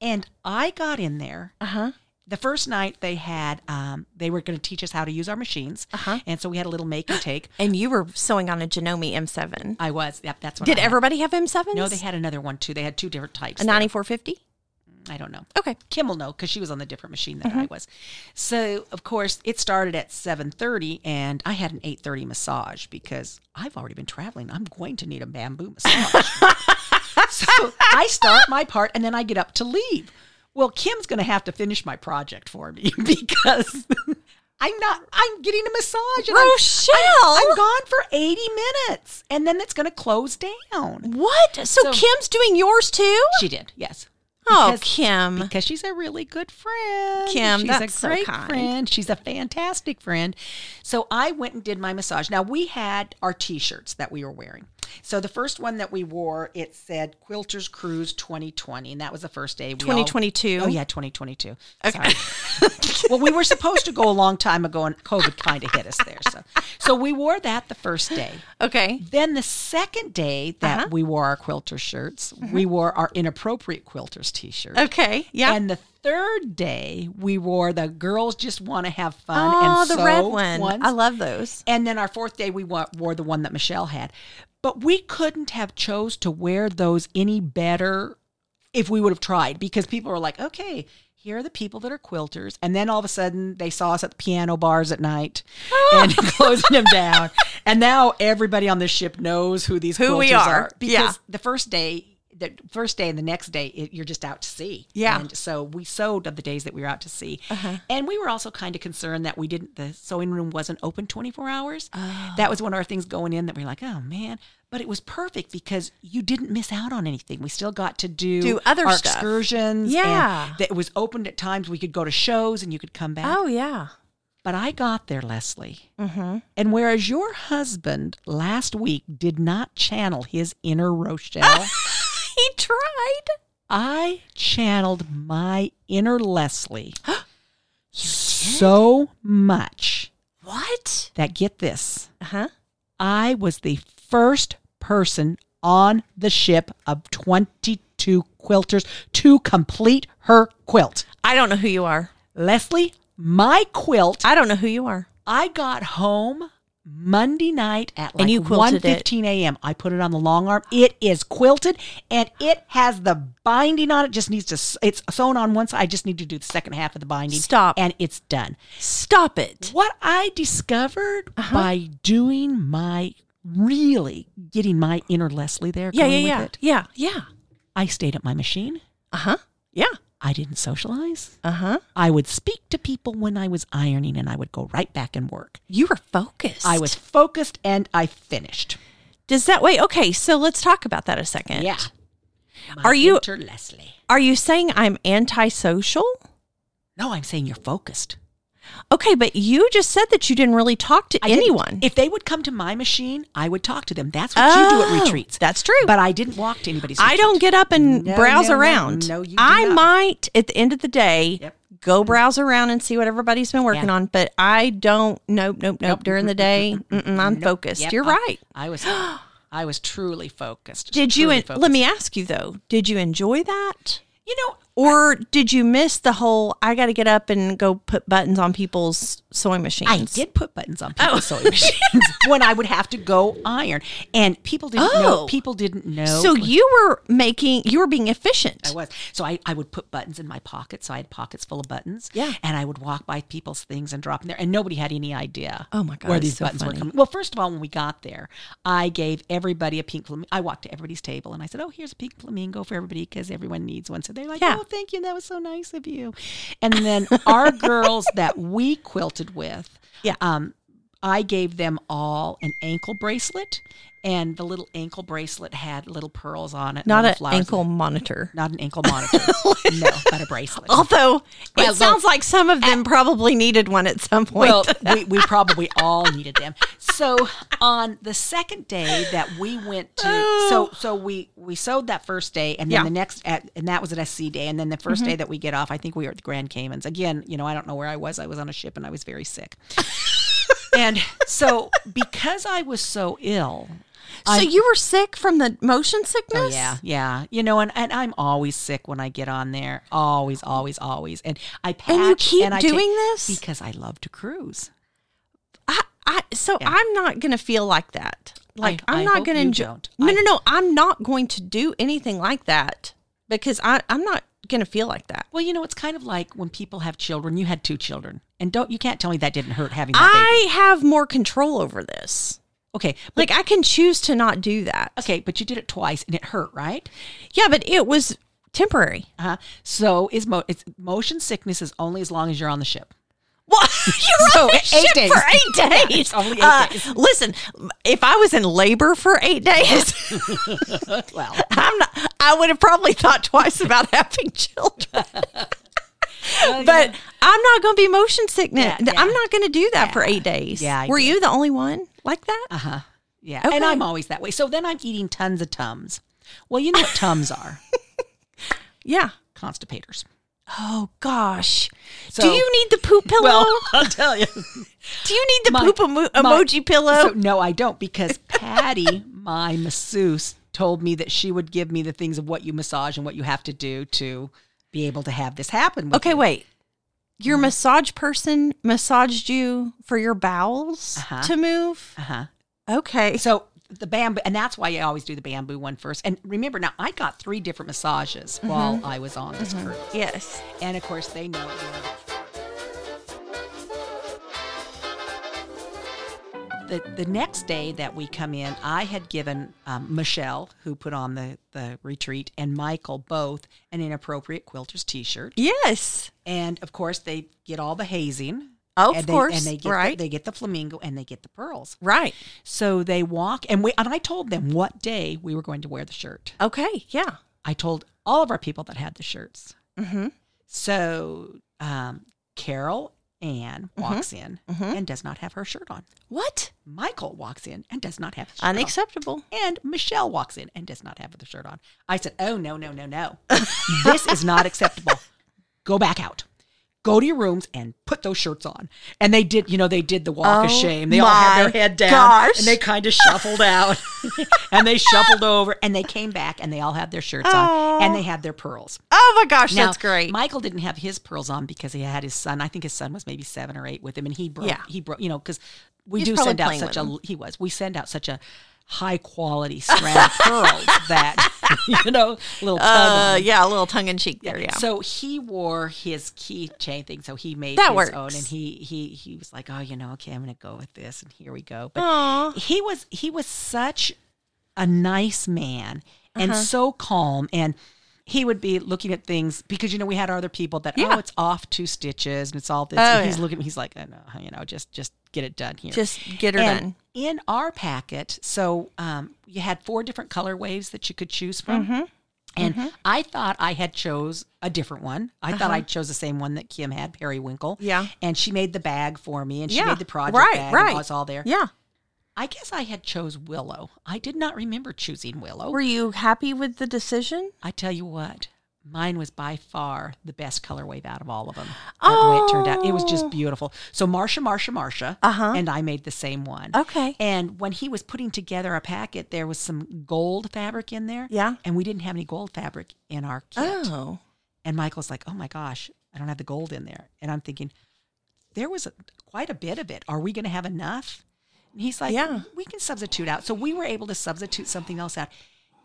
[SPEAKER 2] And I got in there.
[SPEAKER 1] Uh huh.
[SPEAKER 2] The first night they had, um, they were going to teach us how to use our machines.
[SPEAKER 1] Uh-huh.
[SPEAKER 2] And so we had a little make and take.
[SPEAKER 1] And you were sewing on a Janome M7.
[SPEAKER 2] I was. Yep, that's what
[SPEAKER 1] Did
[SPEAKER 2] I had.
[SPEAKER 1] everybody have M7s?
[SPEAKER 2] No, they had another one too. They had two different types.
[SPEAKER 1] a 9450.
[SPEAKER 2] I don't know.
[SPEAKER 1] Okay.
[SPEAKER 2] Kim will know because she was on the different machine than I was. So of course it started at seven thirty, and I had an eight thirty massage because I've already been traveling. I'm going to need a bamboo massage. so I start my part, and then I get up to leave. Well, Kim's going to have to finish my project for me because I'm not. I'm getting a massage, and I'm-
[SPEAKER 1] Rochelle,
[SPEAKER 2] I'm gone for eighty minutes, and then it's going to close down.
[SPEAKER 1] what? So, Kim's doing yours too?
[SPEAKER 2] She did, yes.
[SPEAKER 1] oh,
[SPEAKER 2] because-
[SPEAKER 1] Kim.
[SPEAKER 2] because she's a really good friend.
[SPEAKER 1] Kim,
[SPEAKER 2] she's
[SPEAKER 1] that's
[SPEAKER 2] a
[SPEAKER 1] so
[SPEAKER 2] great
[SPEAKER 1] kind.
[SPEAKER 2] friend. She's a fantastic friend. So I went and did my massage. Now we had our T-shirts that we were wearing. So the first one that we wore, it said Quilters Cruise 2020, and that was the first day. We all-
[SPEAKER 1] 2022.
[SPEAKER 2] oh yeah, 2022. Okay. well, we were supposed to go a long time ago, and COVID kind of hit us there. So, so we wore that the first day.
[SPEAKER 1] Okay.
[SPEAKER 2] Then the second day that
[SPEAKER 1] Uh-huh.
[SPEAKER 2] we wore our quilter shirts, we wore our inappropriate quilters T-shirt.
[SPEAKER 1] Okay. Yeah.
[SPEAKER 2] And the third day, we wore the girls just want to have fun.
[SPEAKER 1] oh,
[SPEAKER 2] and
[SPEAKER 1] the
[SPEAKER 2] sew
[SPEAKER 1] red one.
[SPEAKER 2] ones.
[SPEAKER 1] I love those.
[SPEAKER 2] and then our fourth day, we wa- wore the one that Michelle had. But we couldn't have chose to wear those any better if we would have tried because people were like, okay, here are the people that are quilters. And then all of a sudden, they saw us at the piano bars at night and closing them down. And now everybody on this ship knows who these
[SPEAKER 1] Who
[SPEAKER 2] quilters
[SPEAKER 1] we are.
[SPEAKER 2] Because
[SPEAKER 1] Yeah.
[SPEAKER 2] the first day, the first day and the next day, it, you're just out to sea.
[SPEAKER 1] Yeah. Uh-huh.
[SPEAKER 2] And so we sewed on the days that we were out to sea. And we were also kind of concerned that we didn't, the sewing room wasn't open 24 hours.
[SPEAKER 1] Oh.
[SPEAKER 2] That was one of our things going in that we were like, oh man. But it was perfect because you didn't miss out on anything. We still got to do,
[SPEAKER 1] Do other
[SPEAKER 2] our
[SPEAKER 1] stuff.
[SPEAKER 2] excursions.
[SPEAKER 1] Yeah.
[SPEAKER 2] And that it was opened at times. We could go to shows and you could come back.
[SPEAKER 1] Oh yeah.
[SPEAKER 2] But I got there, Leslie.
[SPEAKER 1] Mm-hmm.
[SPEAKER 2] And whereas your husband last week did not channel his inner Rochelle,
[SPEAKER 1] He tried.
[SPEAKER 2] I channeled my inner Leslie so much
[SPEAKER 1] What?
[SPEAKER 2] that get this,
[SPEAKER 1] Uh huh.
[SPEAKER 2] I was the first person on the ship of 22 quilters to complete her quilt.
[SPEAKER 1] I don't know who you are.
[SPEAKER 2] Leslie, my quilt
[SPEAKER 1] I don't know who you are.
[SPEAKER 2] I got home Monday night at
[SPEAKER 1] And
[SPEAKER 2] like
[SPEAKER 1] you quilted it.
[SPEAKER 2] 1.15 a.m. I put it on the long arm. It is quilted and it has the binding on it. Just needs to, s- it's sewn on one side. I just need to do the second half of the binding.
[SPEAKER 1] Stop.
[SPEAKER 2] And it's done.
[SPEAKER 1] Stop it.
[SPEAKER 2] What I discovered
[SPEAKER 1] Uh-huh.
[SPEAKER 2] by doing my, really getting my inner Leslie there.
[SPEAKER 1] Yeah,
[SPEAKER 2] going
[SPEAKER 1] yeah,
[SPEAKER 2] with
[SPEAKER 1] yeah.
[SPEAKER 2] it, Uh-huh.
[SPEAKER 1] Yeah, yeah.
[SPEAKER 2] I stayed at my machine.
[SPEAKER 1] Uh huh. Yeah.
[SPEAKER 2] I didn't socialize.
[SPEAKER 1] Uh huh.
[SPEAKER 2] I would speak to people when I was ironing and I would go right back and work.
[SPEAKER 1] You were focused.
[SPEAKER 2] I was focused and I finished.
[SPEAKER 1] Does that wait? Okay, so let's talk about that a second.
[SPEAKER 2] Yeah.
[SPEAKER 1] Are you-
[SPEAKER 2] Inter Leslie?
[SPEAKER 1] Are you saying I'm antisocial?
[SPEAKER 2] No, I'm saying you're focused.
[SPEAKER 1] Okay, but you just said that you didn't really talk to
[SPEAKER 2] I didn't-
[SPEAKER 1] anyone.
[SPEAKER 2] If they would come to my machine, I would talk to them. That's what you do
[SPEAKER 1] Oh,
[SPEAKER 2] at retreats.
[SPEAKER 1] That's true.
[SPEAKER 2] But I didn't walk to anybody's.
[SPEAKER 1] I don't get up and
[SPEAKER 2] No,
[SPEAKER 1] browse
[SPEAKER 2] no, no,
[SPEAKER 1] around.
[SPEAKER 2] no, you do
[SPEAKER 1] I
[SPEAKER 2] not.
[SPEAKER 1] might at the end of the day
[SPEAKER 2] Yep.
[SPEAKER 1] go browse around and see what everybody's been working
[SPEAKER 2] Yeah.
[SPEAKER 1] on, but I don't. Nope, nope, nope. During the day, mm-mm, I'm focused.
[SPEAKER 2] Yep,
[SPEAKER 1] You're
[SPEAKER 2] I-
[SPEAKER 1] right.
[SPEAKER 2] I was. I was truly focused.
[SPEAKER 1] Did you?
[SPEAKER 2] truly
[SPEAKER 1] en-
[SPEAKER 2] focused.
[SPEAKER 1] let me ask you though. Did you enjoy that?
[SPEAKER 2] You know,
[SPEAKER 1] Or did you miss the whole? I got to get up and go put buttons on people's sewing machines.
[SPEAKER 2] I did put buttons on people's
[SPEAKER 1] Oh.
[SPEAKER 2] sewing machines when I would have to go iron, and people didn't
[SPEAKER 1] Oh.
[SPEAKER 2] know. People didn't know.
[SPEAKER 1] So you were making, you were being efficient.
[SPEAKER 2] I was. So I, I would put buttons in my pocket. So I had pockets full of buttons.
[SPEAKER 1] Yeah.
[SPEAKER 2] And I would walk by people's things and drop them there. And nobody had any idea
[SPEAKER 1] Oh my God,
[SPEAKER 2] where
[SPEAKER 1] it's
[SPEAKER 2] these
[SPEAKER 1] so
[SPEAKER 2] buttons
[SPEAKER 1] funny.
[SPEAKER 2] were coming. Well, first of all, when we got there, I gave everybody a pink flamingo. I walked to everybody's table and I said, Oh, here's a pink flamingo for everybody because everyone needs one. So they're like,
[SPEAKER 1] Yeah.
[SPEAKER 2] Oh, thank you. That was so nice of you. And then our girls that we quilted with,
[SPEAKER 1] Yeah.
[SPEAKER 2] um, I gave them all an ankle bracelet, and the little ankle bracelet had little pearls on it. and
[SPEAKER 1] Not
[SPEAKER 2] little
[SPEAKER 1] an
[SPEAKER 2] flowers.
[SPEAKER 1] ankle monitor.
[SPEAKER 2] Not an ankle monitor. no, but a bracelet.
[SPEAKER 1] Although
[SPEAKER 2] Well,
[SPEAKER 1] it sounds like some of them probably needed one at some point.
[SPEAKER 2] Well, we, we probably all needed them. So on the second day that we went to, so so we we sewed that first day, and then
[SPEAKER 1] Yeah.
[SPEAKER 2] the next, at, and that was an SC day, and then the 1st day that we get off, I think we were at the Grand Caymans again. You know, I don't know where I was. I was on a ship, and I was very sick. and so because I was so ill,
[SPEAKER 1] so you were sick from the motion sickness?
[SPEAKER 2] Oh, yeah, yeah. You know, and, and I'm always sick when I get on there. Always, always, always. And I patch
[SPEAKER 1] And you keep
[SPEAKER 2] I
[SPEAKER 1] doing
[SPEAKER 2] take-
[SPEAKER 1] this?
[SPEAKER 2] because I love to cruise.
[SPEAKER 1] I, I, so
[SPEAKER 2] Yeah.
[SPEAKER 1] I'm not going to feel like that. Like I,
[SPEAKER 2] I
[SPEAKER 1] am not
[SPEAKER 2] hope
[SPEAKER 1] going to
[SPEAKER 2] you
[SPEAKER 1] enjoy.
[SPEAKER 2] don't.
[SPEAKER 1] No,
[SPEAKER 2] I-
[SPEAKER 1] no, no. I'm not going to do anything like that because I, I'm not going to feel like that.
[SPEAKER 2] Well, you know, it's kind of like when people have children. You had two children, and don't you can't tell me that didn't hurt having that baby.
[SPEAKER 1] I have more control over this.
[SPEAKER 2] Okay,
[SPEAKER 1] Like
[SPEAKER 2] but
[SPEAKER 1] I can choose to not do that.
[SPEAKER 2] okay, but you did it twice, and it hurt, right?
[SPEAKER 1] Yeah, but it was temporary.
[SPEAKER 2] Uh-huh. So is mo- it's motion sickness is only as long as you're on the ship.
[SPEAKER 1] Well, you're
[SPEAKER 2] So,
[SPEAKER 1] on the
[SPEAKER 2] eight
[SPEAKER 1] ship
[SPEAKER 2] days.
[SPEAKER 1] for eight days. Uh,
[SPEAKER 2] it's only eight days.
[SPEAKER 1] Listen, if I was in labor for eight days,
[SPEAKER 2] Well,
[SPEAKER 1] I'm not, I would have probably thought twice about having children. But I'm not going to be motion sickness.
[SPEAKER 2] Yeah, yeah.
[SPEAKER 1] I'm not going to do that for eight days.
[SPEAKER 2] Yeah, I Uh-huh.
[SPEAKER 1] Were you the only one like that?
[SPEAKER 2] yeah,
[SPEAKER 1] Okay.
[SPEAKER 2] and I'm always that way. So then I'm eating tons of tums. Well, you know what tums are?
[SPEAKER 1] yeah.
[SPEAKER 2] Constipators.
[SPEAKER 1] Oh gosh. do
[SPEAKER 2] So-
[SPEAKER 1] you need the poop pillow?
[SPEAKER 2] I'll tell you.
[SPEAKER 1] do you need the
[SPEAKER 2] my-
[SPEAKER 1] poop emo-
[SPEAKER 2] my-
[SPEAKER 1] emoji pillow?
[SPEAKER 2] So no, I don't because Patty, my masseuse, told me that she would give me the things of what you massage and what you have to do to be able to have this happen. With
[SPEAKER 1] Okay, wait. Your
[SPEAKER 2] Mm-hmm.
[SPEAKER 1] massage person massaged you for your bowels
[SPEAKER 2] Uh-huh.
[SPEAKER 1] to move?
[SPEAKER 2] Uh huh.
[SPEAKER 1] Okay.
[SPEAKER 2] So the bamboo, and that's why you always do the bamboo one first. And remember, now I got three different massages
[SPEAKER 1] Mm-hmm.
[SPEAKER 2] while I was on this cruise,
[SPEAKER 1] Yes.
[SPEAKER 2] and of course they know. The, the next day that we come in, I had given um, Michelle, who put on the, the retreat, and Michael both an inappropriate quilter's t shirt.
[SPEAKER 1] Yes.
[SPEAKER 2] And of course, they get all the hazing.
[SPEAKER 1] Of
[SPEAKER 2] and
[SPEAKER 1] course,
[SPEAKER 2] They, and they get
[SPEAKER 1] right.
[SPEAKER 2] the, they get the flamingo and they get the pearls.
[SPEAKER 1] Right.
[SPEAKER 2] So they walk and we and I told them what day we were going to wear the shirt.
[SPEAKER 1] Okay. Yeah.
[SPEAKER 2] I told all of our people that had the shirts. So um, Carol Ann walks in and does not have her shirt on.
[SPEAKER 1] What?
[SPEAKER 2] Michael walks in and does not have his shirt on.
[SPEAKER 1] Unacceptable.
[SPEAKER 2] And Michelle walks in and does not have the shirt on. I said, Oh, no, no, no, no. this is not acceptable. Go back out. Go to your rooms and put those shirts on. And they did, you know, they did the walk of
[SPEAKER 1] Oh,
[SPEAKER 2] shame. They all had their
[SPEAKER 1] my
[SPEAKER 2] head down
[SPEAKER 1] gosh.
[SPEAKER 2] and they kind of shuffled out and they shuffled over and they came back and they all had their shirts on and they had their pearls.
[SPEAKER 1] Oh my gosh,
[SPEAKER 2] Now,
[SPEAKER 1] that's great.
[SPEAKER 2] Michael didn't have his pearls on because he had his son. I think his son was maybe seven or eight with him, and he broke.
[SPEAKER 1] Yeah.
[SPEAKER 2] He broke. You know, because we
[SPEAKER 1] He's
[SPEAKER 2] do
[SPEAKER 1] probably
[SPEAKER 2] send out
[SPEAKER 1] playing
[SPEAKER 2] such
[SPEAKER 1] with
[SPEAKER 2] a. He was. We send out such a high quality strand of pearls that you know little tug. on.
[SPEAKER 1] uh, yeah, a little tongue in cheek there. Yeah.
[SPEAKER 2] So he wore his keychain thing, so he made
[SPEAKER 1] That
[SPEAKER 2] his
[SPEAKER 1] works.
[SPEAKER 2] own, and he he he was like, oh, you know, okay, I'm gonna go with this, and here we go. But
[SPEAKER 1] Aw.
[SPEAKER 2] he was he was such a nice man and
[SPEAKER 1] Uh-huh.
[SPEAKER 2] so calm and he would be looking at things because you know we had other people that
[SPEAKER 1] Yeah.
[SPEAKER 2] oh it's off two stitches and it's all this
[SPEAKER 1] Oh,
[SPEAKER 2] and he's
[SPEAKER 1] yeah.
[SPEAKER 2] looking he's like oh, no, you know just just get it done here
[SPEAKER 1] Just get her
[SPEAKER 2] and
[SPEAKER 1] done.
[SPEAKER 2] in our packet so um, you had four different color waves that you could choose from
[SPEAKER 1] Mm-hmm.
[SPEAKER 2] and I thought I had chose a different one I thought I chose the same one that Kim had periwinkle
[SPEAKER 1] Uh-huh. Yeah.
[SPEAKER 2] and she made the bag for me and she
[SPEAKER 1] Yeah.
[SPEAKER 2] made the project
[SPEAKER 1] Right,
[SPEAKER 2] bag
[SPEAKER 1] right.
[SPEAKER 2] and it was all there
[SPEAKER 1] Yeah.
[SPEAKER 2] I guess I had chose Willow. I did not remember choosing Willow.
[SPEAKER 1] Oh. Were you happy with the decision?
[SPEAKER 2] I tell you what, mine was by far the best color wave out of all of them. The way it turned out, it was
[SPEAKER 1] Oh.
[SPEAKER 2] just beautiful. So Marsha, Marsha, Marsha,
[SPEAKER 1] Uh-huh.
[SPEAKER 2] and I made the same one.
[SPEAKER 1] Okay.
[SPEAKER 2] And when he was putting together a packet, there was some gold fabric in there.
[SPEAKER 1] Yeah.
[SPEAKER 2] And we didn't have any gold fabric in our kit.
[SPEAKER 1] Oh.
[SPEAKER 2] And Michael's like, "Oh my gosh, I don't have the gold in there." And I'm thinking, there was a, quite a bit of it. Are we going to have enough? And he's like,
[SPEAKER 1] Yeah.
[SPEAKER 2] "Yeah, we can substitute out." So we were able to substitute something else out.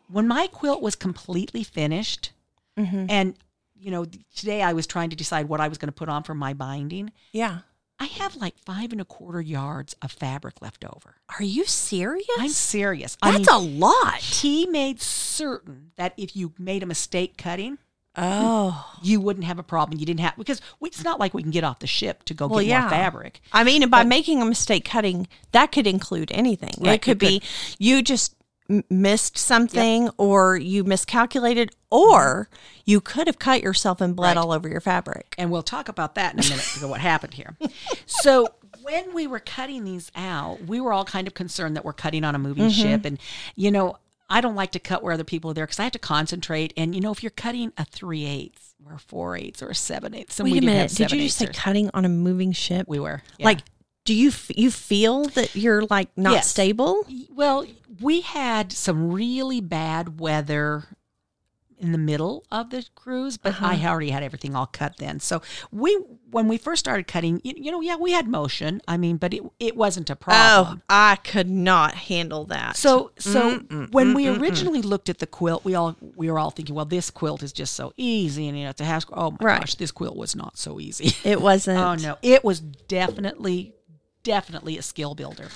[SPEAKER 2] When my quilt was completely finished,
[SPEAKER 1] Mm-hmm.
[SPEAKER 2] and you know, today I was trying to decide what I was going to put on for my binding.
[SPEAKER 1] Yeah.
[SPEAKER 2] I have like five and a quarter yards of fabric left over.
[SPEAKER 1] Are you serious?
[SPEAKER 2] I'm serious. I mean,
[SPEAKER 1] That's a lot.
[SPEAKER 2] he made certain that if you made a mistake cutting,
[SPEAKER 1] Oh.
[SPEAKER 2] you wouldn't have a problem. You didn't have because we, it's not like we can get off the ship to go
[SPEAKER 1] Well,
[SPEAKER 2] get
[SPEAKER 1] yeah.
[SPEAKER 2] more fabric.
[SPEAKER 1] I mean, and by making a mistake cutting, that could include anything.
[SPEAKER 2] Oh. Right,
[SPEAKER 1] it could
[SPEAKER 2] it
[SPEAKER 1] be you just m- missed something or you miscalculated or you could have cut yourself and bled
[SPEAKER 2] Mm-hmm. Right.
[SPEAKER 1] all over your fabric.
[SPEAKER 2] And we'll talk about that in a minute. so what happened here? So when we were cutting these out, we were all kind of concerned that we're cutting on a moving
[SPEAKER 1] Mm-hmm.
[SPEAKER 2] ship, and you know. I don't like to cut where other people are there because I have to concentrate. And you know, if you're cutting a three eighths or a four eighths or a seven eighths, and we didn't have
[SPEAKER 1] Did you
[SPEAKER 2] seven
[SPEAKER 1] just say
[SPEAKER 2] eighths or-
[SPEAKER 1] cutting on a moving ship?
[SPEAKER 2] we were yeah.
[SPEAKER 1] Like do you f- you feel that you're like not
[SPEAKER 2] Yes.
[SPEAKER 1] stable?
[SPEAKER 2] Well, we had some really bad weather in the middle of the cruise, but
[SPEAKER 1] Uh-huh.
[SPEAKER 2] I already had everything all cut then. So we, when we first started cutting, you, you know, yeah, we had motion. I mean, but it it wasn't a problem.
[SPEAKER 1] Oh, I could not handle that.
[SPEAKER 2] So, so when we originally looked at the quilt, we all we were all thinking, well, this quilt is just so easy, and you know, it's a house. Oh my
[SPEAKER 1] Right.
[SPEAKER 2] gosh, this quilt was not so easy.
[SPEAKER 1] it wasn't
[SPEAKER 2] Oh no, it was definitely definitely a skill builder.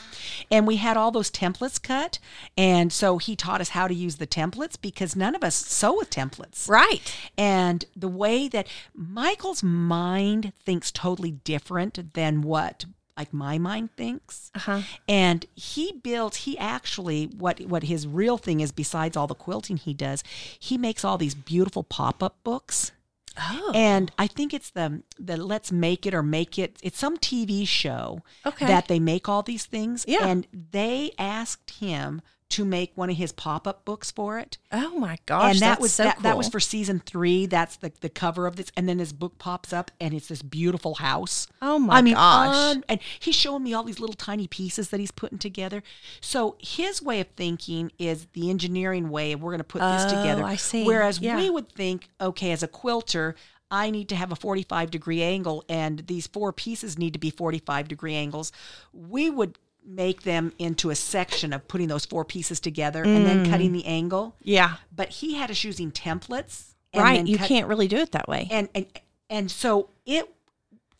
[SPEAKER 2] And we had all those templates cut and so he taught us how to use the templates because none of us sew with templates.
[SPEAKER 1] Right.
[SPEAKER 2] And the way that Michael's mind thinks totally different than what like my mind thinks.
[SPEAKER 1] Uh-huh.
[SPEAKER 2] And he built he actually what what his real thing is besides all the quilting he does, he makes all these beautiful pop-up books.
[SPEAKER 1] Oh.
[SPEAKER 2] And I think it's the the Let's Make It or Make It. It's some TV show
[SPEAKER 1] Okay.
[SPEAKER 2] that they make all these things.
[SPEAKER 1] Yeah.
[SPEAKER 2] And they asked him to make one of his pop up books for it.
[SPEAKER 1] oh my gosh.
[SPEAKER 2] and that
[SPEAKER 1] that's
[SPEAKER 2] was
[SPEAKER 1] so
[SPEAKER 2] that,
[SPEAKER 1] cool.
[SPEAKER 2] that was for season three. That's the, the cover of this. And then this book pops up and it's this beautiful house.
[SPEAKER 1] Oh my
[SPEAKER 2] I mean,
[SPEAKER 1] gosh.
[SPEAKER 2] un- and he's showing me all these little tiny pieces that he's putting together. So his way of thinking is the engineering way of we're going to put this
[SPEAKER 1] Oh,
[SPEAKER 2] together.
[SPEAKER 1] I see.
[SPEAKER 2] Whereas
[SPEAKER 1] Yeah.
[SPEAKER 2] we would think, okay, as a quilter, I need to have a 45 degree angle and these four pieces need to be 45 degree angles. We would make them into a section of putting those four pieces together and then
[SPEAKER 1] Mm.
[SPEAKER 2] cutting the angle.
[SPEAKER 1] Yeah.
[SPEAKER 2] But he had us using templates. And
[SPEAKER 1] Right.
[SPEAKER 2] then
[SPEAKER 1] You
[SPEAKER 2] cut-
[SPEAKER 1] can't really do it that way.
[SPEAKER 2] and and and so it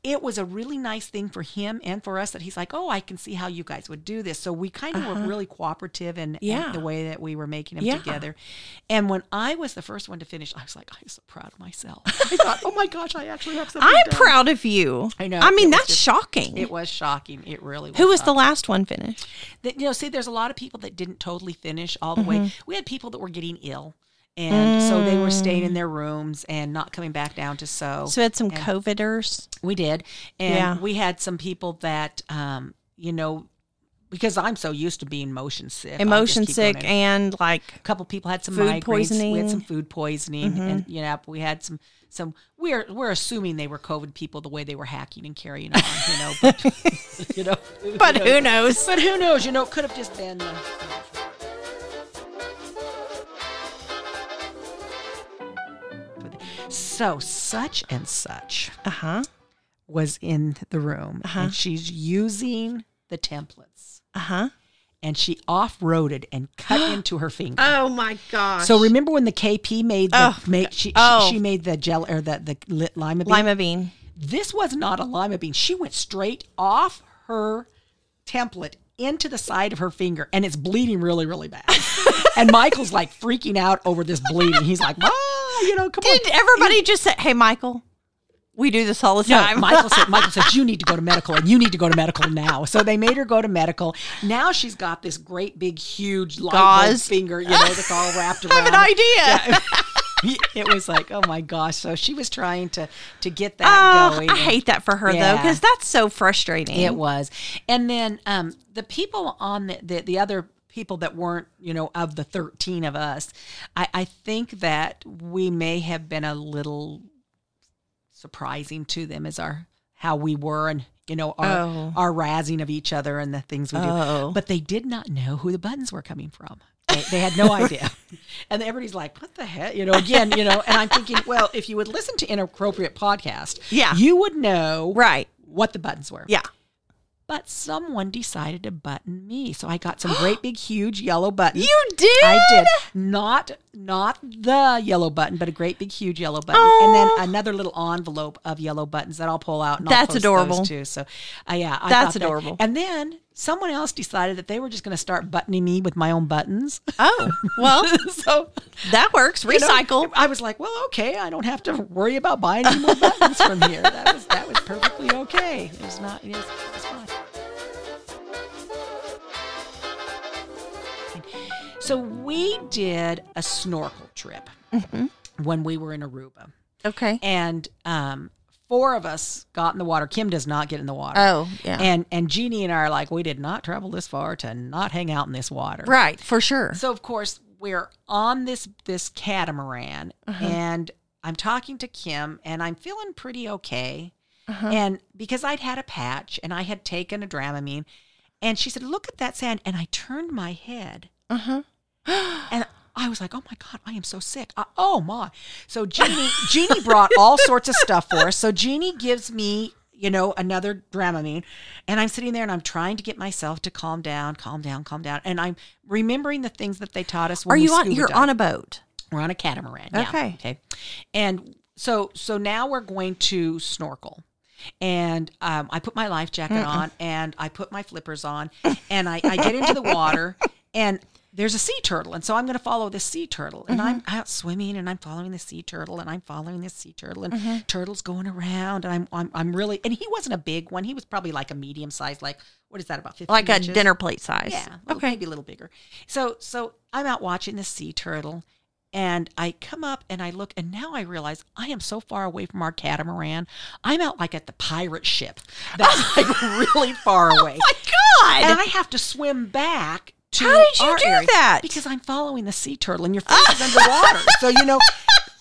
[SPEAKER 2] it was a really nice thing for him and for us that he's like, oh, I can see how you guys would do this. So we kind of were really cooperative in, in
[SPEAKER 1] Uh-huh. Yeah.
[SPEAKER 2] the way that we were making them
[SPEAKER 1] Yeah.
[SPEAKER 2] together. And when I was the first one to finish, I was like, I'm so proud of myself. I thought, oh my gosh, I actually have something.
[SPEAKER 1] I'm
[SPEAKER 2] done.
[SPEAKER 1] proud of you.
[SPEAKER 2] I know,
[SPEAKER 1] I mean,
[SPEAKER 2] it was
[SPEAKER 1] that's
[SPEAKER 2] just-
[SPEAKER 1] shocking.
[SPEAKER 2] It was shocking. It really was.
[SPEAKER 1] Who was the last one finished?
[SPEAKER 2] that you know see there's a lot of people that didn't totally finish all the way
[SPEAKER 1] Mm-hmm.
[SPEAKER 2] we had people that were getting ill and so they were staying in their rooms and not coming back down to sew
[SPEAKER 1] So we had some COVIDers.
[SPEAKER 2] we did and
[SPEAKER 1] Yeah.
[SPEAKER 2] we had some people that um you know because i'm so used to being motion sick I'll just
[SPEAKER 1] emotion
[SPEAKER 2] keep going
[SPEAKER 1] sick
[SPEAKER 2] in.
[SPEAKER 1] and like
[SPEAKER 2] a couple people had some
[SPEAKER 1] Food
[SPEAKER 2] migraines. We
[SPEAKER 1] poisoning. Mm-hmm.
[SPEAKER 2] had some food poisoning, and you know we had some some. We're we're assuming they were COVID people the way they were hacking and carrying on, you know. But, you know,
[SPEAKER 1] but who knows
[SPEAKER 2] but who knows? You know, it could have just been. Uh, so such and such
[SPEAKER 1] uh-huh
[SPEAKER 2] was in the room, and she's using the templates,
[SPEAKER 1] uh-huh
[SPEAKER 2] and she off-roaded and cut into her finger.
[SPEAKER 1] oh my gosh
[SPEAKER 2] so remember when the KP made the
[SPEAKER 1] Oh,
[SPEAKER 2] make she, she-
[SPEAKER 1] oh.
[SPEAKER 2] she made the gel or the the li- lima bean?
[SPEAKER 1] lima bean
[SPEAKER 2] This was not a lima bean. She went straight off her template into the side of her finger, and it's bleeding really, really bad. and Michael's like freaking out over this bleeding. He's like, "Ah, you know, come
[SPEAKER 1] did
[SPEAKER 2] on."
[SPEAKER 1] everybody just say hey michael we do this all the
[SPEAKER 2] No,
[SPEAKER 1] time
[SPEAKER 2] Michael said, Michael said, you need to go to medical and you need to go to medical now. So they made her go to medical. Now she's got this great big huge light bulb
[SPEAKER 1] Gauze.
[SPEAKER 2] finger, you know, that's all wrapped around.
[SPEAKER 1] i have an
[SPEAKER 2] it.
[SPEAKER 1] idea
[SPEAKER 2] It was like, oh my gosh. So she was trying to to get that
[SPEAKER 1] oh
[SPEAKER 2] going.
[SPEAKER 1] i hate that for her though
[SPEAKER 2] Yeah.
[SPEAKER 1] because that's so frustrating
[SPEAKER 2] It was. And then um, the people on the, the, the other people that weren't, you know, of the 13 of us, I, I think that we may have been a little surprising to them as our how we were and you know our
[SPEAKER 1] Oh.
[SPEAKER 2] our razzing of each other and the things we
[SPEAKER 1] Oh.
[SPEAKER 2] do but they did not know who the buttons were coming from they, they had no idea and everybody's like what the heck you know again you know and i'm thinking well if you would listen to inappropriate podcast
[SPEAKER 1] Yeah.
[SPEAKER 2] you would know
[SPEAKER 1] right
[SPEAKER 2] what the buttons were
[SPEAKER 1] yeah
[SPEAKER 2] but someone decided to button me. So I got some great big huge yellow button.
[SPEAKER 1] you did
[SPEAKER 2] Mm-hmm. I did. Not not the yellow button, but a great big huge yellow button. And then another little envelope of yellow buttons that I'll pull out and
[SPEAKER 1] Oh. That's
[SPEAKER 2] I'll post
[SPEAKER 1] adorable.
[SPEAKER 2] those too. So uh, yeah, I
[SPEAKER 1] That's
[SPEAKER 2] thought that-
[SPEAKER 1] adorable.
[SPEAKER 2] and then someone else decided that they were just gonna start buttoning me with my own buttons.
[SPEAKER 1] oh well
[SPEAKER 2] so
[SPEAKER 1] that works
[SPEAKER 2] you know,
[SPEAKER 1] recycle
[SPEAKER 2] I was like, well, okay, I don't have to worry about buying any more buttons from here. That was that was perfectly okay. It was not. It was, it was fine. So we did a snorkel trip
[SPEAKER 1] Mm-hmm.
[SPEAKER 2] when we were in Aruba,
[SPEAKER 1] okay
[SPEAKER 2] and um, four of us got in the water. Kim does not get in the water.
[SPEAKER 1] oh yeah
[SPEAKER 2] And and Jeannie and I are like, we did not travel this far to not hang out in this water.
[SPEAKER 1] right for sure
[SPEAKER 2] So of course we're on this this catamaran, and I'm talking to Kim, and I'm feeling pretty okay, and because I'd had a patch and I had taken a Dramamine, and she said, "Look at that sand," and I turned my head,
[SPEAKER 1] uh-huh
[SPEAKER 2] and I was like, "Oh my god, I am so sick!" Uh, oh my! So Jeannie, Jeannie brought all sorts of stuff for us. So Jeannie gives me, you know, another Dramamine, and I'm sitting there and I'm trying to get myself to calm down, calm down, calm down, and I'm remembering the things that they taught us. When
[SPEAKER 1] are
[SPEAKER 2] we
[SPEAKER 1] you on
[SPEAKER 2] scuba
[SPEAKER 1] you're
[SPEAKER 2] dived.
[SPEAKER 1] on a boat
[SPEAKER 2] We're on a catamaran. yeah.
[SPEAKER 1] Okay.
[SPEAKER 2] Okay. And so so now we're going to snorkel. And um, I put my life jacket on and I put my flippers on and I, I get into the water and there's a sea turtle. And so I'm going to follow this sea turtle. And I'm
[SPEAKER 1] Mm-hmm.
[SPEAKER 2] out swimming and I'm following the sea turtle and I'm following this sea turtle and
[SPEAKER 1] Mm-hmm.
[SPEAKER 2] turtles going around. And I'm, I'm, I'm really, and he wasn't a big one. He was probably like a medium size, like, what is that, about 15
[SPEAKER 1] like a
[SPEAKER 2] inches?
[SPEAKER 1] dinner plate size
[SPEAKER 2] Yeah. well, Maybe a little bigger. So so I'm out watching the sea turtle and I come up and I look and now I realize I am so far away from our catamaran. I'm out like at the pirate ship. That's like really far away.
[SPEAKER 1] Oh my god
[SPEAKER 2] and I have to swim back to
[SPEAKER 1] How did you
[SPEAKER 2] our
[SPEAKER 1] do
[SPEAKER 2] area
[SPEAKER 1] that?
[SPEAKER 2] Because I'm following the sea turtle and your face is underwater. So you know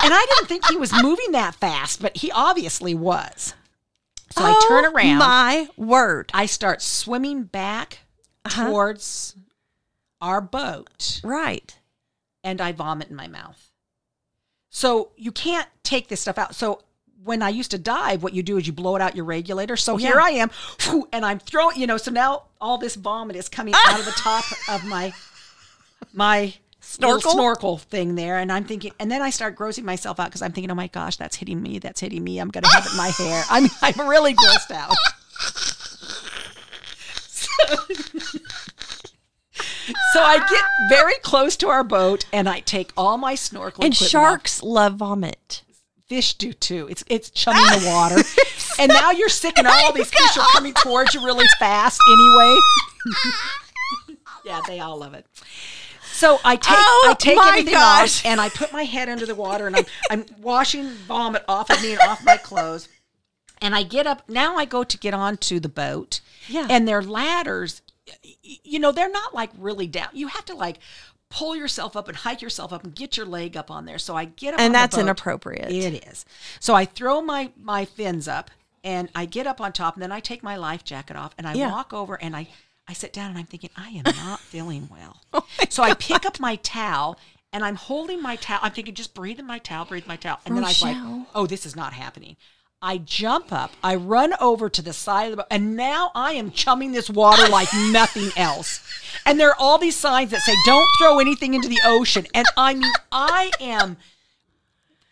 [SPEAKER 2] and I didn't think he was moving that fast, but he obviously was. So I turn
[SPEAKER 1] Oh,
[SPEAKER 2] around.
[SPEAKER 1] My word.
[SPEAKER 2] I start swimming back
[SPEAKER 1] Uh-huh.
[SPEAKER 2] towards our boat
[SPEAKER 1] Right.
[SPEAKER 2] and I vomit in my mouth. So you can't take this stuff out. So when I used to dive, what you do is you blow it out your regulator. So
[SPEAKER 1] Oh, Yeah.
[SPEAKER 2] here I am, phew, and I'm throwing, you know, so now all this vomit is coming out of the top of my my little
[SPEAKER 1] Snorkel?
[SPEAKER 2] snorkel thing there, and I'm thinking, and then I start grossing myself out because I'm thinking, oh my gosh, that's hitting me, that's hitting me. I'm gonna have it in my hair. I'm I'm really grossed out. So I get very close to our boat, and I take all my snorkel
[SPEAKER 1] And
[SPEAKER 2] equipment off.
[SPEAKER 1] sharks love vomit.
[SPEAKER 2] fish do too. It's it's chumming the water, and now you're sick, and all these fish are coming towards you really fast anyway. yeah, they all love it. So I take
[SPEAKER 1] Oh,
[SPEAKER 2] I take
[SPEAKER 1] my
[SPEAKER 2] everything
[SPEAKER 1] gosh.
[SPEAKER 2] off, and I put my head under the water, and I'm I'm washing vomit off of me and off my clothes. And I get up now. I go to get onto the boat,
[SPEAKER 1] Yeah.
[SPEAKER 2] and their ladders. y- y- You know, they're not like really down. You have to like pull yourself up and hike yourself up and get your leg up on there. So I get up, on
[SPEAKER 1] And
[SPEAKER 2] the
[SPEAKER 1] that's
[SPEAKER 2] boat.
[SPEAKER 1] inappropriate.
[SPEAKER 2] It is. So I throw my my fins up and I get up on top and then I take my life jacket off and I
[SPEAKER 1] Yeah.
[SPEAKER 2] walk over and I I sit down and I'm thinking I am not feeling well.
[SPEAKER 1] Oh
[SPEAKER 2] so I pick up my towel and I'm holding my towel. I'm thinking just breathe in my towel, breathe in my towel. And then I was
[SPEAKER 1] Rochelle.
[SPEAKER 2] like, oh, this is not happening. I jump up, I run over to the side of the boat, and now I am chumming this water like nothing else. And there are all these signs that say, don't throw anything into the ocean. And I mean, I am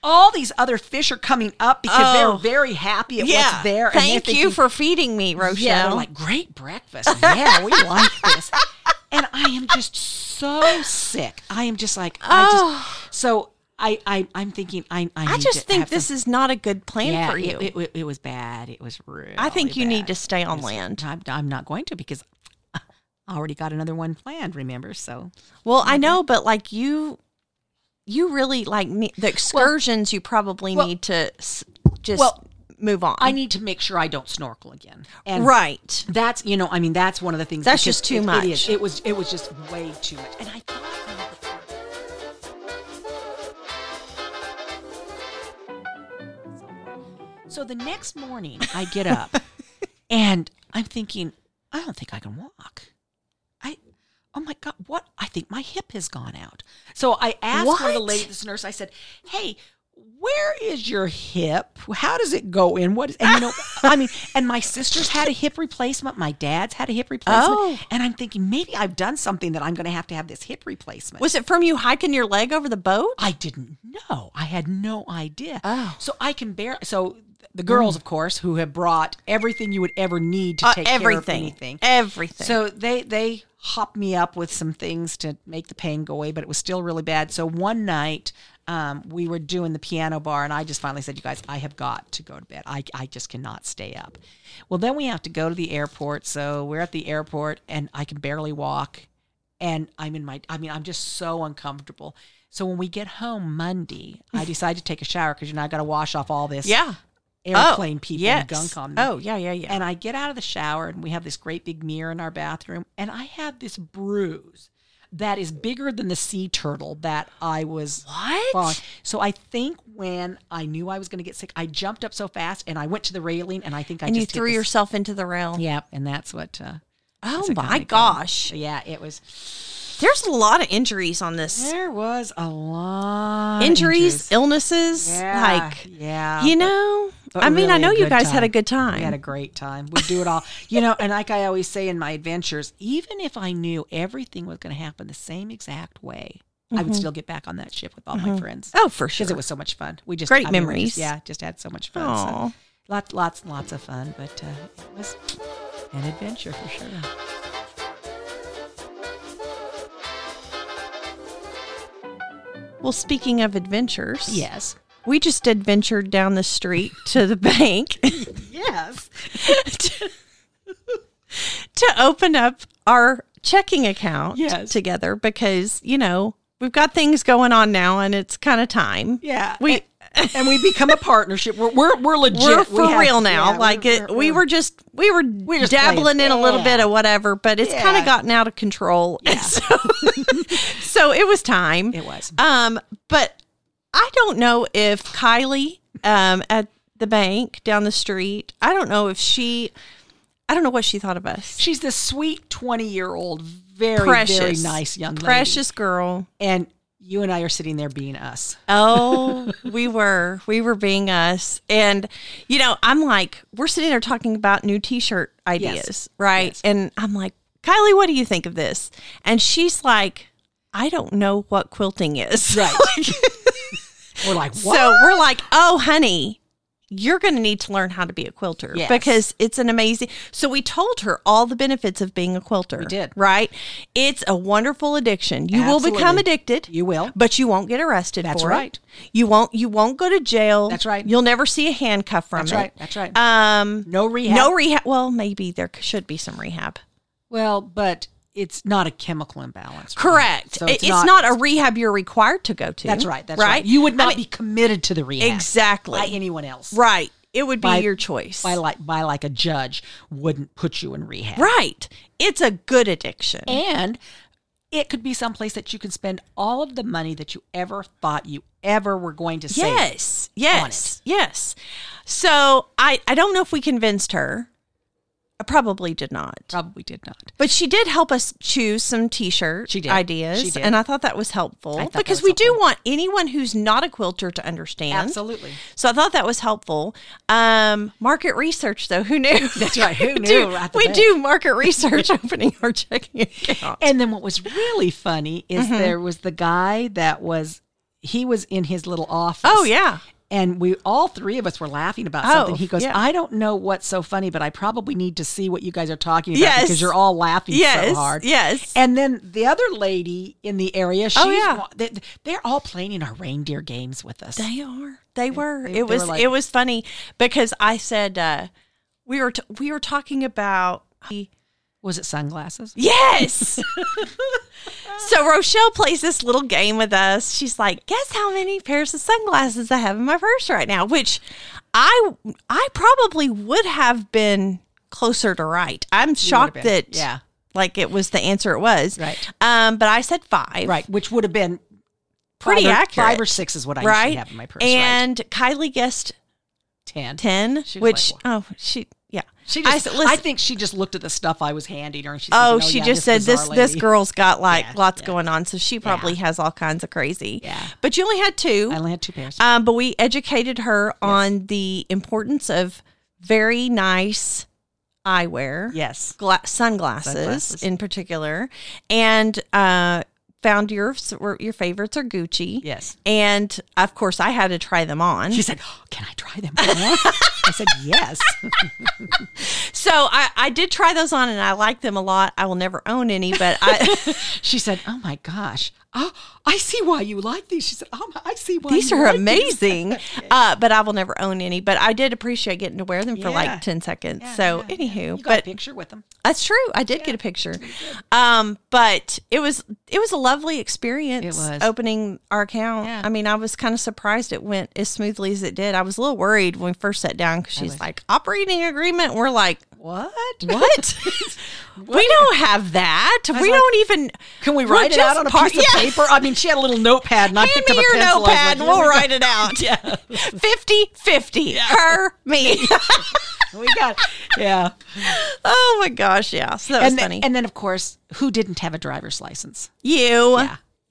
[SPEAKER 2] all these other fish are coming up because
[SPEAKER 1] Oh.
[SPEAKER 2] they're very happy at
[SPEAKER 1] yeah.
[SPEAKER 2] what's there. and they're
[SPEAKER 1] Thank you
[SPEAKER 2] thinking,
[SPEAKER 1] for feeding me, Rochelle.
[SPEAKER 2] yeah, they're like great breakfast. Yeah, we like this. And I am just so sick. I am just like I just so I, I I'm thinking I I,
[SPEAKER 1] Oh. I
[SPEAKER 2] need
[SPEAKER 1] just
[SPEAKER 2] to
[SPEAKER 1] think
[SPEAKER 2] have some-
[SPEAKER 1] this is not a good plan
[SPEAKER 2] yeah,
[SPEAKER 1] for
[SPEAKER 2] it-
[SPEAKER 1] you.
[SPEAKER 2] It, it, it was bad. It was rude.
[SPEAKER 1] I think you need to stay on land.
[SPEAKER 2] I'm, I'm not going to because I already got another one planned. Remember, so
[SPEAKER 1] Well,
[SPEAKER 2] Mm-hmm.
[SPEAKER 1] I know, but like you, you really like me, the excursions. you probably
[SPEAKER 2] well-
[SPEAKER 1] need to s- just
[SPEAKER 2] Well,
[SPEAKER 1] move on.
[SPEAKER 2] I need to make sure I don't snorkel again. And
[SPEAKER 1] right.
[SPEAKER 2] That's you know, I mean, that's one of the things.
[SPEAKER 1] That's
[SPEAKER 2] because
[SPEAKER 1] just too
[SPEAKER 2] it- it
[SPEAKER 1] much.
[SPEAKER 2] is. It, was it was just way too much. And I thought. So the next morning, I get up, and I'm thinking, I don't think I can walk. I, oh my god, what? I think my hip has gone out. So I asked one of the
[SPEAKER 1] What?
[SPEAKER 2] lady, this nurse. I said, Hey, where is your hip? How does it go in? What is? And you know, I mean, and my sister's had a hip replacement. My dad's had a hip replacement.
[SPEAKER 1] Oh.
[SPEAKER 2] And I'm thinking maybe I've done something that I'm going to have to have this hip replacement.
[SPEAKER 1] Was it from you hiking your leg over the boat?
[SPEAKER 2] I didn't know. I had no idea.
[SPEAKER 1] Oh. Mm.
[SPEAKER 2] So I can bear. So the girls, of course, who have brought everything you would ever need to
[SPEAKER 1] Uh,
[SPEAKER 2] take care of
[SPEAKER 1] everything.
[SPEAKER 2] anything.
[SPEAKER 1] Everything.
[SPEAKER 2] So they they hopped me up with some things to make the pain go away, but it was still really bad. So one night um, we were doing the piano bar, and I just finally said, "You guys, I have got to go to bed. I I just cannot stay up." Well, then we have to go to the airport, so we're at the airport, and I can barely walk, and I'm in my I mean I'm just so uncomfortable. So when we get home Monday, I decide to take a shower because you know I got to wash off all this
[SPEAKER 1] yeah.
[SPEAKER 2] airplane
[SPEAKER 1] oh,
[SPEAKER 2] people
[SPEAKER 1] yes.
[SPEAKER 2] and gunk on me.
[SPEAKER 1] Oh, yeah, yeah, yeah.
[SPEAKER 2] And I get out of the shower and we have this great big mirror in our bathroom and I have this bruise that is bigger than the sea turtle that I was
[SPEAKER 1] What?
[SPEAKER 2] falling. So I think when I knew I was going to get sick, I jumped up so fast and I went to the railing and I think I
[SPEAKER 1] and you
[SPEAKER 2] just hit
[SPEAKER 1] threw
[SPEAKER 2] this-
[SPEAKER 1] yourself into the rail.
[SPEAKER 2] Yeah, and that's what uh
[SPEAKER 1] oh
[SPEAKER 2] that's what got
[SPEAKER 1] my
[SPEAKER 2] me going.
[SPEAKER 1] gosh.
[SPEAKER 2] Yeah, it was
[SPEAKER 1] There's a lot of injuries on this.
[SPEAKER 2] there was a lot of
[SPEAKER 1] Injuries, illnesses,
[SPEAKER 2] Yeah,
[SPEAKER 1] like
[SPEAKER 2] yeah.
[SPEAKER 1] you know.
[SPEAKER 2] but
[SPEAKER 1] I mean, I
[SPEAKER 2] really a
[SPEAKER 1] know you
[SPEAKER 2] good
[SPEAKER 1] guys had a
[SPEAKER 2] time.
[SPEAKER 1] good time.
[SPEAKER 2] We had a great time. We'd do it all. you know, and like I always say in my adventures, even if I knew everything was going to happen the same exact way, I would still get back on that ship with all my friends.
[SPEAKER 1] oh, for sure.
[SPEAKER 2] Because it was so much fun. We just
[SPEAKER 1] Great
[SPEAKER 2] I mean, we
[SPEAKER 1] memories.
[SPEAKER 2] just- yeah, just had so much fun.
[SPEAKER 1] Aw.
[SPEAKER 2] So lots, lots, and lots of fun. But uh, it was an adventure for sure.
[SPEAKER 1] Well, speaking of adventures,
[SPEAKER 2] Yes,
[SPEAKER 1] we just adventured down the street to the bank
[SPEAKER 2] yes.
[SPEAKER 1] to open up our checking account
[SPEAKER 2] Yes.
[SPEAKER 1] together because you know we've got things going on now and it's kind of time.
[SPEAKER 2] Yeah,
[SPEAKER 1] we
[SPEAKER 2] and, and we become a partnership. We're we're, we're legit.
[SPEAKER 1] we're
[SPEAKER 2] We
[SPEAKER 1] for
[SPEAKER 2] have-
[SPEAKER 1] real now.
[SPEAKER 2] yeah,
[SPEAKER 1] like it, we were just we were
[SPEAKER 2] just
[SPEAKER 1] dabbling
[SPEAKER 2] playing.
[SPEAKER 1] in a little
[SPEAKER 2] Yeah.
[SPEAKER 1] bit of whatever, but it's kind of
[SPEAKER 2] Yeah.
[SPEAKER 1] gotten out of control. And So, so it was time.
[SPEAKER 2] It was.
[SPEAKER 1] Um, but I don't know if Kylie um, at the bank down the street. I don't know if she. I don't know what she thought of us.
[SPEAKER 2] She's this sweet twenty year old, very
[SPEAKER 1] Precious,
[SPEAKER 2] very nice young lady.
[SPEAKER 1] precious girl.
[SPEAKER 2] and you and I are sitting there being us.
[SPEAKER 1] Oh, we were. We were being us. And, you know, I'm like, we're sitting there talking about new t shirt ideas, right?
[SPEAKER 2] Yes.
[SPEAKER 1] And I'm like, Kylie, what do you think of this? And she's like, I don't know what quilting is.
[SPEAKER 2] Right. We're like, what?
[SPEAKER 1] So we're like, oh, honey, you're going to need to learn how to be a quilter
[SPEAKER 2] Yes.
[SPEAKER 1] because it's an amazing. So we told her all the benefits of being a quilter. We
[SPEAKER 2] did.
[SPEAKER 1] Right? It's a wonderful addiction. You will become
[SPEAKER 2] Absolutely.
[SPEAKER 1] addicted.
[SPEAKER 2] You will.
[SPEAKER 1] But you won't get arrested
[SPEAKER 2] That's
[SPEAKER 1] for
[SPEAKER 2] right.
[SPEAKER 1] it. You won't you won't go to jail.
[SPEAKER 2] That's right.
[SPEAKER 1] You'll never see a handcuff from
[SPEAKER 2] That's
[SPEAKER 1] it.
[SPEAKER 2] right. That's right.
[SPEAKER 1] Um
[SPEAKER 2] no rehab.
[SPEAKER 1] no rehab. Well, maybe there c- should be some rehab.
[SPEAKER 2] well, but it's not a chemical imbalance. right?
[SPEAKER 1] Correct.
[SPEAKER 2] So
[SPEAKER 1] It-
[SPEAKER 2] it's
[SPEAKER 1] it's,
[SPEAKER 2] not-
[SPEAKER 1] not, a rehab you're required to go to.
[SPEAKER 2] That's right. That's right. You would not
[SPEAKER 1] I mean,
[SPEAKER 2] be committed to the rehab
[SPEAKER 1] exactly
[SPEAKER 2] by anyone else.
[SPEAKER 1] Right. It would be
[SPEAKER 2] By-
[SPEAKER 1] your choice.
[SPEAKER 2] By like by like a judge wouldn't put you in rehab.
[SPEAKER 1] right. It's a good addiction.
[SPEAKER 2] And it could be someplace that you can spend all of the money that you ever thought you ever were going to save.
[SPEAKER 1] yes. Yes. Yes. So I, I don't know if we convinced her. I probably did not.
[SPEAKER 2] Probably did not.
[SPEAKER 1] But she did help us choose some t-shirt
[SPEAKER 2] She did.
[SPEAKER 1] ideas,
[SPEAKER 2] She did.
[SPEAKER 1] and I thought that was helpful
[SPEAKER 2] I thought that
[SPEAKER 1] because
[SPEAKER 2] was
[SPEAKER 1] we do
[SPEAKER 2] helpful.
[SPEAKER 1] want anyone who's not a quilter to understand.
[SPEAKER 2] Absolutely.
[SPEAKER 1] So I thought that was helpful. Um, market research, though, who knew?
[SPEAKER 2] That's right. Who
[SPEAKER 1] We
[SPEAKER 2] knew
[SPEAKER 1] do-
[SPEAKER 2] right at the
[SPEAKER 1] we
[SPEAKER 2] bank?
[SPEAKER 1] do market research opening our checking account.
[SPEAKER 2] And then what was really funny is
[SPEAKER 1] Mm-hmm.
[SPEAKER 2] there was the guy that was he was in his little office.
[SPEAKER 1] oh yeah,
[SPEAKER 2] And we all three of us were laughing about
[SPEAKER 1] Oh,
[SPEAKER 2] something. He goes,
[SPEAKER 1] yeah.
[SPEAKER 2] I don't know what's so funny, but I probably need to see what you guys are talking about
[SPEAKER 1] Yes.
[SPEAKER 2] because you're all laughing
[SPEAKER 1] yes,
[SPEAKER 2] so hard.
[SPEAKER 1] yes.
[SPEAKER 2] And then the other lady in the area, she's
[SPEAKER 1] Oh, yeah.
[SPEAKER 2] wa- they, they're all playing in our reindeer games with us.
[SPEAKER 1] They are. They were.
[SPEAKER 2] they-
[SPEAKER 1] it
[SPEAKER 2] they
[SPEAKER 1] was.
[SPEAKER 2] were like-
[SPEAKER 1] it was funny because I said uh, we were. T- we were talking about.
[SPEAKER 2] Was it sunglasses?
[SPEAKER 1] Yes. so Rochelle plays this little game with us. She's like, "Guess how many pairs of sunglasses I have in my purse right now?" Which I I probably would have been closer to right. I'm shocked
[SPEAKER 2] been.
[SPEAKER 1] that
[SPEAKER 2] Yeah.
[SPEAKER 1] like it was the answer it was.
[SPEAKER 2] Right.
[SPEAKER 1] Um, but I said five.
[SPEAKER 2] Right, which would have been
[SPEAKER 1] Pretty
[SPEAKER 2] five or,
[SPEAKER 1] accurate.
[SPEAKER 2] Five or six is what I
[SPEAKER 1] Right.
[SPEAKER 2] usually have in my purse. right?
[SPEAKER 1] and Kylie guessed
[SPEAKER 2] ten.
[SPEAKER 1] ten,
[SPEAKER 2] She was
[SPEAKER 1] which
[SPEAKER 2] like,
[SPEAKER 1] oh she yeah.
[SPEAKER 2] She
[SPEAKER 1] I
[SPEAKER 2] just,
[SPEAKER 1] said,
[SPEAKER 2] I,
[SPEAKER 1] listen-
[SPEAKER 2] think she just looked at the stuff I was handing her, and she. said,
[SPEAKER 1] Oh,
[SPEAKER 2] "No,
[SPEAKER 1] she
[SPEAKER 2] yeah,
[SPEAKER 1] just said this
[SPEAKER 2] bizarre
[SPEAKER 1] this
[SPEAKER 2] lady."
[SPEAKER 1] girl's got like
[SPEAKER 2] Yeah,
[SPEAKER 1] lots
[SPEAKER 2] yeah.
[SPEAKER 1] going on, so she probably has all kinds of crazy.
[SPEAKER 2] Yeah.
[SPEAKER 1] But you only had two.
[SPEAKER 2] I only had two pairs.
[SPEAKER 1] Um, but we educated her on the importance of very nice eyewear,
[SPEAKER 2] yes,
[SPEAKER 1] gla- sunglasses,
[SPEAKER 2] Sunglasses.
[SPEAKER 1] in particular, and uh, found your were- your favorites are Gucci.
[SPEAKER 2] yes.
[SPEAKER 1] And of course, I had to try them on.
[SPEAKER 2] She said, oh, "Can I try them?" I said, "Yes."
[SPEAKER 1] So I, I did try those on and I like them a lot. I will never own any, but I,
[SPEAKER 2] She said, "Oh my gosh, oh, I see why you like these." She said, "Oh, my, I see why
[SPEAKER 1] these
[SPEAKER 2] you
[SPEAKER 1] are
[SPEAKER 2] like these."
[SPEAKER 1] amazing. Uh, but I will never own any. But I did appreciate getting to wear them for
[SPEAKER 2] Yeah.
[SPEAKER 1] like 10 seconds.
[SPEAKER 2] Yeah,
[SPEAKER 1] so,
[SPEAKER 2] yeah, yeah.
[SPEAKER 1] anywho,
[SPEAKER 2] you got
[SPEAKER 1] but
[SPEAKER 2] a picture with them.
[SPEAKER 1] That's true. I did get a picture. Um, but it was it was a lovely experience
[SPEAKER 2] It was.
[SPEAKER 1] opening our account.
[SPEAKER 2] Yeah.
[SPEAKER 1] I mean, I was kind of surprised it went as smoothly as it did. I was a little worried when we first sat down because she's like operating agreement. and We're like,
[SPEAKER 2] What?
[SPEAKER 1] what? we don't have that. We
[SPEAKER 2] like,
[SPEAKER 1] don't even.
[SPEAKER 2] Can we
[SPEAKER 1] we're
[SPEAKER 2] write it out
[SPEAKER 1] just
[SPEAKER 2] on a
[SPEAKER 1] par-
[SPEAKER 2] piece of
[SPEAKER 1] Yeah.
[SPEAKER 2] paper? I mean, she had a little notepad, and I
[SPEAKER 1] Hand
[SPEAKER 2] picked
[SPEAKER 1] me
[SPEAKER 2] up a
[SPEAKER 1] your
[SPEAKER 2] pencil. I was like,
[SPEAKER 1] notepad and
[SPEAKER 2] "Here
[SPEAKER 1] we'll
[SPEAKER 2] we go."
[SPEAKER 1] write it out.
[SPEAKER 2] Yeah.
[SPEAKER 1] 50 50. Her, me.
[SPEAKER 2] We got, yeah.
[SPEAKER 1] oh my gosh. Yeah. So that was
[SPEAKER 2] and then,
[SPEAKER 1] funny.
[SPEAKER 2] and then, of course, who didn't have a driver's license?
[SPEAKER 1] you.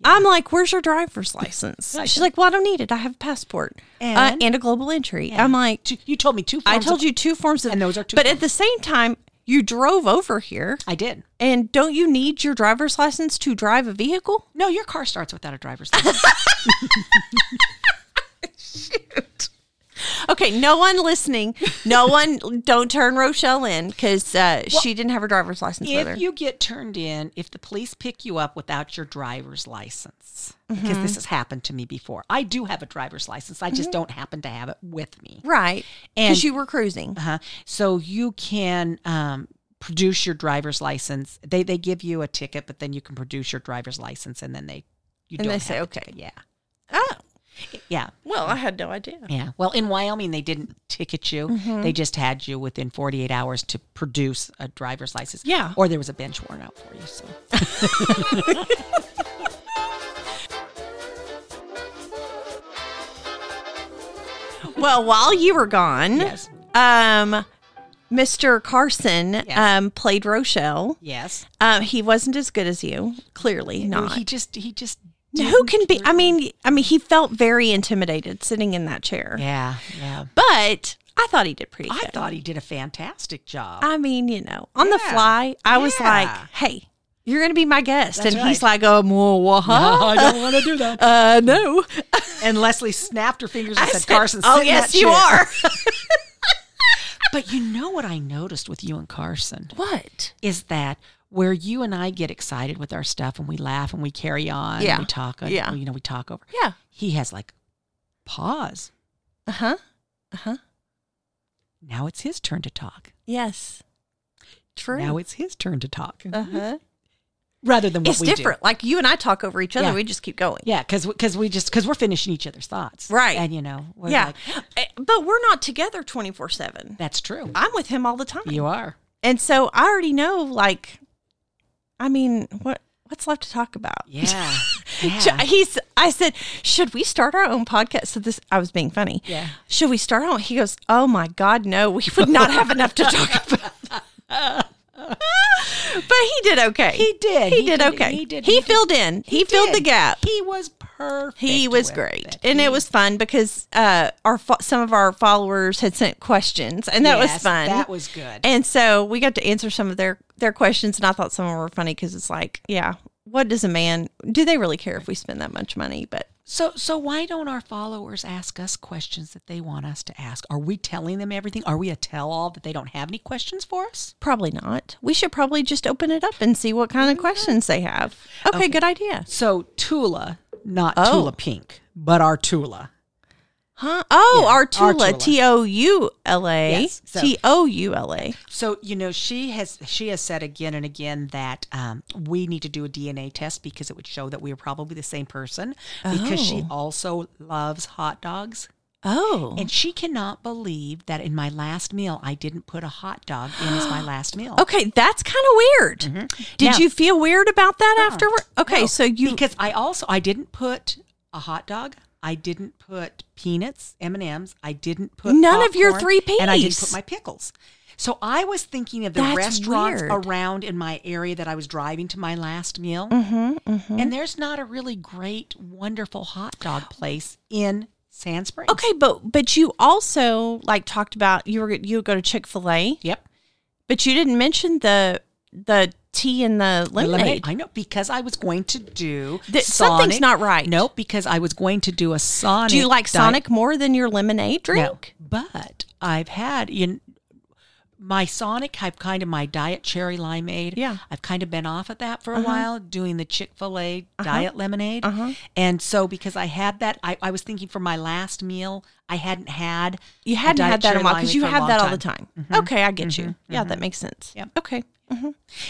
[SPEAKER 1] I'm like, where's your driver's license? She's like, well, I don't need it. I have a passport and, uh,
[SPEAKER 2] And?
[SPEAKER 1] and a global entry. I'm like,
[SPEAKER 2] Two, you told me two.
[SPEAKER 1] I
[SPEAKER 2] forms
[SPEAKER 1] told
[SPEAKER 2] of-
[SPEAKER 1] you two forms of,
[SPEAKER 2] And those are two
[SPEAKER 1] But at the same time, you drove over here,
[SPEAKER 2] I did.
[SPEAKER 1] and don't you need your driver's license to drive a vehicle?
[SPEAKER 2] No, your car starts without a driver's license.
[SPEAKER 1] Okay, no one listening, no one. Don't turn Rochelle in because uh, she didn't have her driver's license with her.
[SPEAKER 2] if you get turned in, if the police pick you up without your driver's license, because this has happened to me before. I do have a driver's license. I just don't happen to have it with me.
[SPEAKER 1] right,
[SPEAKER 2] And-
[SPEAKER 1] because you were cruising.
[SPEAKER 2] Uh-huh. So you can um, produce your driver's license. They they give you a ticket, but then you can produce your driver's license, and then they you
[SPEAKER 1] And
[SPEAKER 2] don't
[SPEAKER 1] they
[SPEAKER 2] have
[SPEAKER 1] say,
[SPEAKER 2] the
[SPEAKER 1] okay.
[SPEAKER 2] ticket. yeah,
[SPEAKER 1] Oh,
[SPEAKER 2] yeah,
[SPEAKER 1] well, I had no idea.
[SPEAKER 2] yeah. Well, in Wyoming, they didn't ticket you.
[SPEAKER 1] Mm-hmm.
[SPEAKER 2] They just had you within forty eight hours to produce a driver's license.
[SPEAKER 1] Yeah.
[SPEAKER 2] or there was a bench worn out for you. So.
[SPEAKER 1] Well, while you were gone,
[SPEAKER 2] Yes.
[SPEAKER 1] um, Mr. Carson
[SPEAKER 2] Yes.
[SPEAKER 1] um, played Rochelle.
[SPEAKER 2] Yes.
[SPEAKER 1] Um, he wasn't as good as you, clearly not.
[SPEAKER 2] He just he just
[SPEAKER 1] Who can be? I mean, I mean, he felt very intimidated sitting in that chair.
[SPEAKER 2] Yeah, yeah.
[SPEAKER 1] But I thought he did pretty
[SPEAKER 2] I
[SPEAKER 1] good.
[SPEAKER 2] thought he did a fantastic job.
[SPEAKER 1] I mean, you know, on the
[SPEAKER 2] Yeah.
[SPEAKER 1] fly, I was
[SPEAKER 2] Yeah.
[SPEAKER 1] like, "Hey, you're going to be my guest,"
[SPEAKER 2] That's
[SPEAKER 1] and he's like, "Oh, more what?
[SPEAKER 2] I don't want to do that.
[SPEAKER 1] Uh, no."
[SPEAKER 2] And Leslie snapped her fingers
[SPEAKER 1] I
[SPEAKER 2] and said, "Carson, sit
[SPEAKER 1] "Oh
[SPEAKER 2] in
[SPEAKER 1] yes,
[SPEAKER 2] that
[SPEAKER 1] you
[SPEAKER 2] chair."
[SPEAKER 1] are."
[SPEAKER 2] But you know what I noticed with you and Carson
[SPEAKER 1] what?
[SPEAKER 2] is that where you and I get excited with our stuff and we laugh and we carry on,
[SPEAKER 1] Yeah.
[SPEAKER 2] and we talk, and,
[SPEAKER 1] Yeah.
[SPEAKER 2] you know, we talk over.
[SPEAKER 1] Yeah.
[SPEAKER 2] He has like pause.
[SPEAKER 1] Uh
[SPEAKER 2] Uh-huh.
[SPEAKER 1] huh. Uh huh.
[SPEAKER 2] Now it's his turn to talk.
[SPEAKER 1] Yes. True.
[SPEAKER 2] Now it's his turn to talk.
[SPEAKER 1] uh huh.
[SPEAKER 2] Rather than what
[SPEAKER 1] It's
[SPEAKER 2] we do.
[SPEAKER 1] different. Like you and I talk over each other.
[SPEAKER 2] Yeah.
[SPEAKER 1] We just keep going.
[SPEAKER 2] Yeah, because because we just because we're finishing each other's thoughts,
[SPEAKER 1] Right.
[SPEAKER 2] And you know, we're
[SPEAKER 1] yeah.
[SPEAKER 2] like,
[SPEAKER 1] Eh, but we're not together 24 7.
[SPEAKER 2] that's true.
[SPEAKER 1] I'm with him all the time.
[SPEAKER 2] You are.
[SPEAKER 1] And so I already know, like, I mean, what what's left to talk about?
[SPEAKER 2] Yeah.
[SPEAKER 1] Sh-
[SPEAKER 2] yeah.
[SPEAKER 1] He's. I said, should we start our own podcast? So this, I was being funny.
[SPEAKER 2] Yeah.
[SPEAKER 1] Should we start on? He goes, oh my god, no, we would not have enough to talk about. but he did okay.
[SPEAKER 2] He did.
[SPEAKER 1] He,
[SPEAKER 2] He
[SPEAKER 1] did,
[SPEAKER 2] did-
[SPEAKER 1] okay.
[SPEAKER 2] he did-
[SPEAKER 1] He,
[SPEAKER 2] he did-
[SPEAKER 1] filled in. He, filled the
[SPEAKER 2] did.
[SPEAKER 1] gap.
[SPEAKER 2] He was perfect.
[SPEAKER 1] He was
[SPEAKER 2] with
[SPEAKER 1] great,
[SPEAKER 2] it.
[SPEAKER 1] and it was fun because uh, our fo- some of our followers had sent questions, and that was
[SPEAKER 2] Yes,
[SPEAKER 1] fun.
[SPEAKER 2] That was good.
[SPEAKER 1] and so we got to answer some of their their questions, and I thought some of them were funny because it's like, yeah, what does a man? Do they really care if we spend that much money? But
[SPEAKER 2] So so why don't our followers ask us questions that they want us to ask? Are we telling them everything? Are we a tell all that they don't have any questions for us?
[SPEAKER 1] probably not. We should probably just open it up and see what kind
[SPEAKER 2] Mm-hmm.
[SPEAKER 1] of questions they have. Okay, good idea.
[SPEAKER 2] So Tula, not
[SPEAKER 1] Oh.
[SPEAKER 2] Tula Pink, but our Tula.
[SPEAKER 1] Huh? Oh,
[SPEAKER 2] Yeah,
[SPEAKER 1] Artula,
[SPEAKER 2] Artula.
[SPEAKER 1] T O U L A,
[SPEAKER 2] Yes, so-
[SPEAKER 1] T O U L A.
[SPEAKER 2] So you know she has she has said again and again that um, we need to do a DNA test because it would show that we are probably the same person because she
[SPEAKER 1] Oh.
[SPEAKER 2] also loves hot dogs
[SPEAKER 1] Oh,
[SPEAKER 2] and she cannot believe that in my last meal I didn't put a hot dog in as my last meal.
[SPEAKER 1] Okay, that's kind of weird. Did
[SPEAKER 2] Mm-hmm. Now-
[SPEAKER 1] you feel weird about that afterward? Okay,
[SPEAKER 2] No,
[SPEAKER 1] so you
[SPEAKER 2] because I also I didn't put a hot dog. I didn't put peanuts, M and M's. I didn't put
[SPEAKER 1] None of your
[SPEAKER 2] popcorn,
[SPEAKER 1] three
[SPEAKER 2] and I didn't
[SPEAKER 1] piece.
[SPEAKER 2] put my pickles. So I was thinking of the
[SPEAKER 1] That's
[SPEAKER 2] restaurants
[SPEAKER 1] weird.
[SPEAKER 2] around in my area that I was driving to my last meal,
[SPEAKER 1] Mm-hmm,
[SPEAKER 2] and there's not a really great, wonderful hot dog place in Sand Springs.
[SPEAKER 1] okay, but but you also like talked about you were you would go to Chick Fil A,
[SPEAKER 2] Yep.
[SPEAKER 1] but you didn't mention the the tea and the
[SPEAKER 2] The
[SPEAKER 1] lemonade.
[SPEAKER 2] lemonade. I know because I was going to do
[SPEAKER 1] Th- something's
[SPEAKER 2] Sonic-
[SPEAKER 1] not right.
[SPEAKER 2] Nope, because I was going to do a Sonic.
[SPEAKER 1] Do you like
[SPEAKER 2] diet
[SPEAKER 1] Sonic more than your lemonade drink?
[SPEAKER 2] No, but I've had in my Sonic. I've kind of my diet cherry limeade.
[SPEAKER 1] Yeah. Uh-huh.
[SPEAKER 2] I've kind of been off at that for a while, doing the Chick Fil A diet lemonade. And so because I had that, I, I was thinking for my last meal, I hadn't had.
[SPEAKER 1] You
[SPEAKER 2] a
[SPEAKER 1] hadn't
[SPEAKER 2] diet
[SPEAKER 1] had that in a
[SPEAKER 2] cherry
[SPEAKER 1] while because
[SPEAKER 2] limeade
[SPEAKER 1] you
[SPEAKER 2] for a
[SPEAKER 1] have
[SPEAKER 2] long Mm-hmm.
[SPEAKER 1] that all the time. Okay, I get you. Yeah, that makes sense.
[SPEAKER 2] Yep.
[SPEAKER 1] Okay.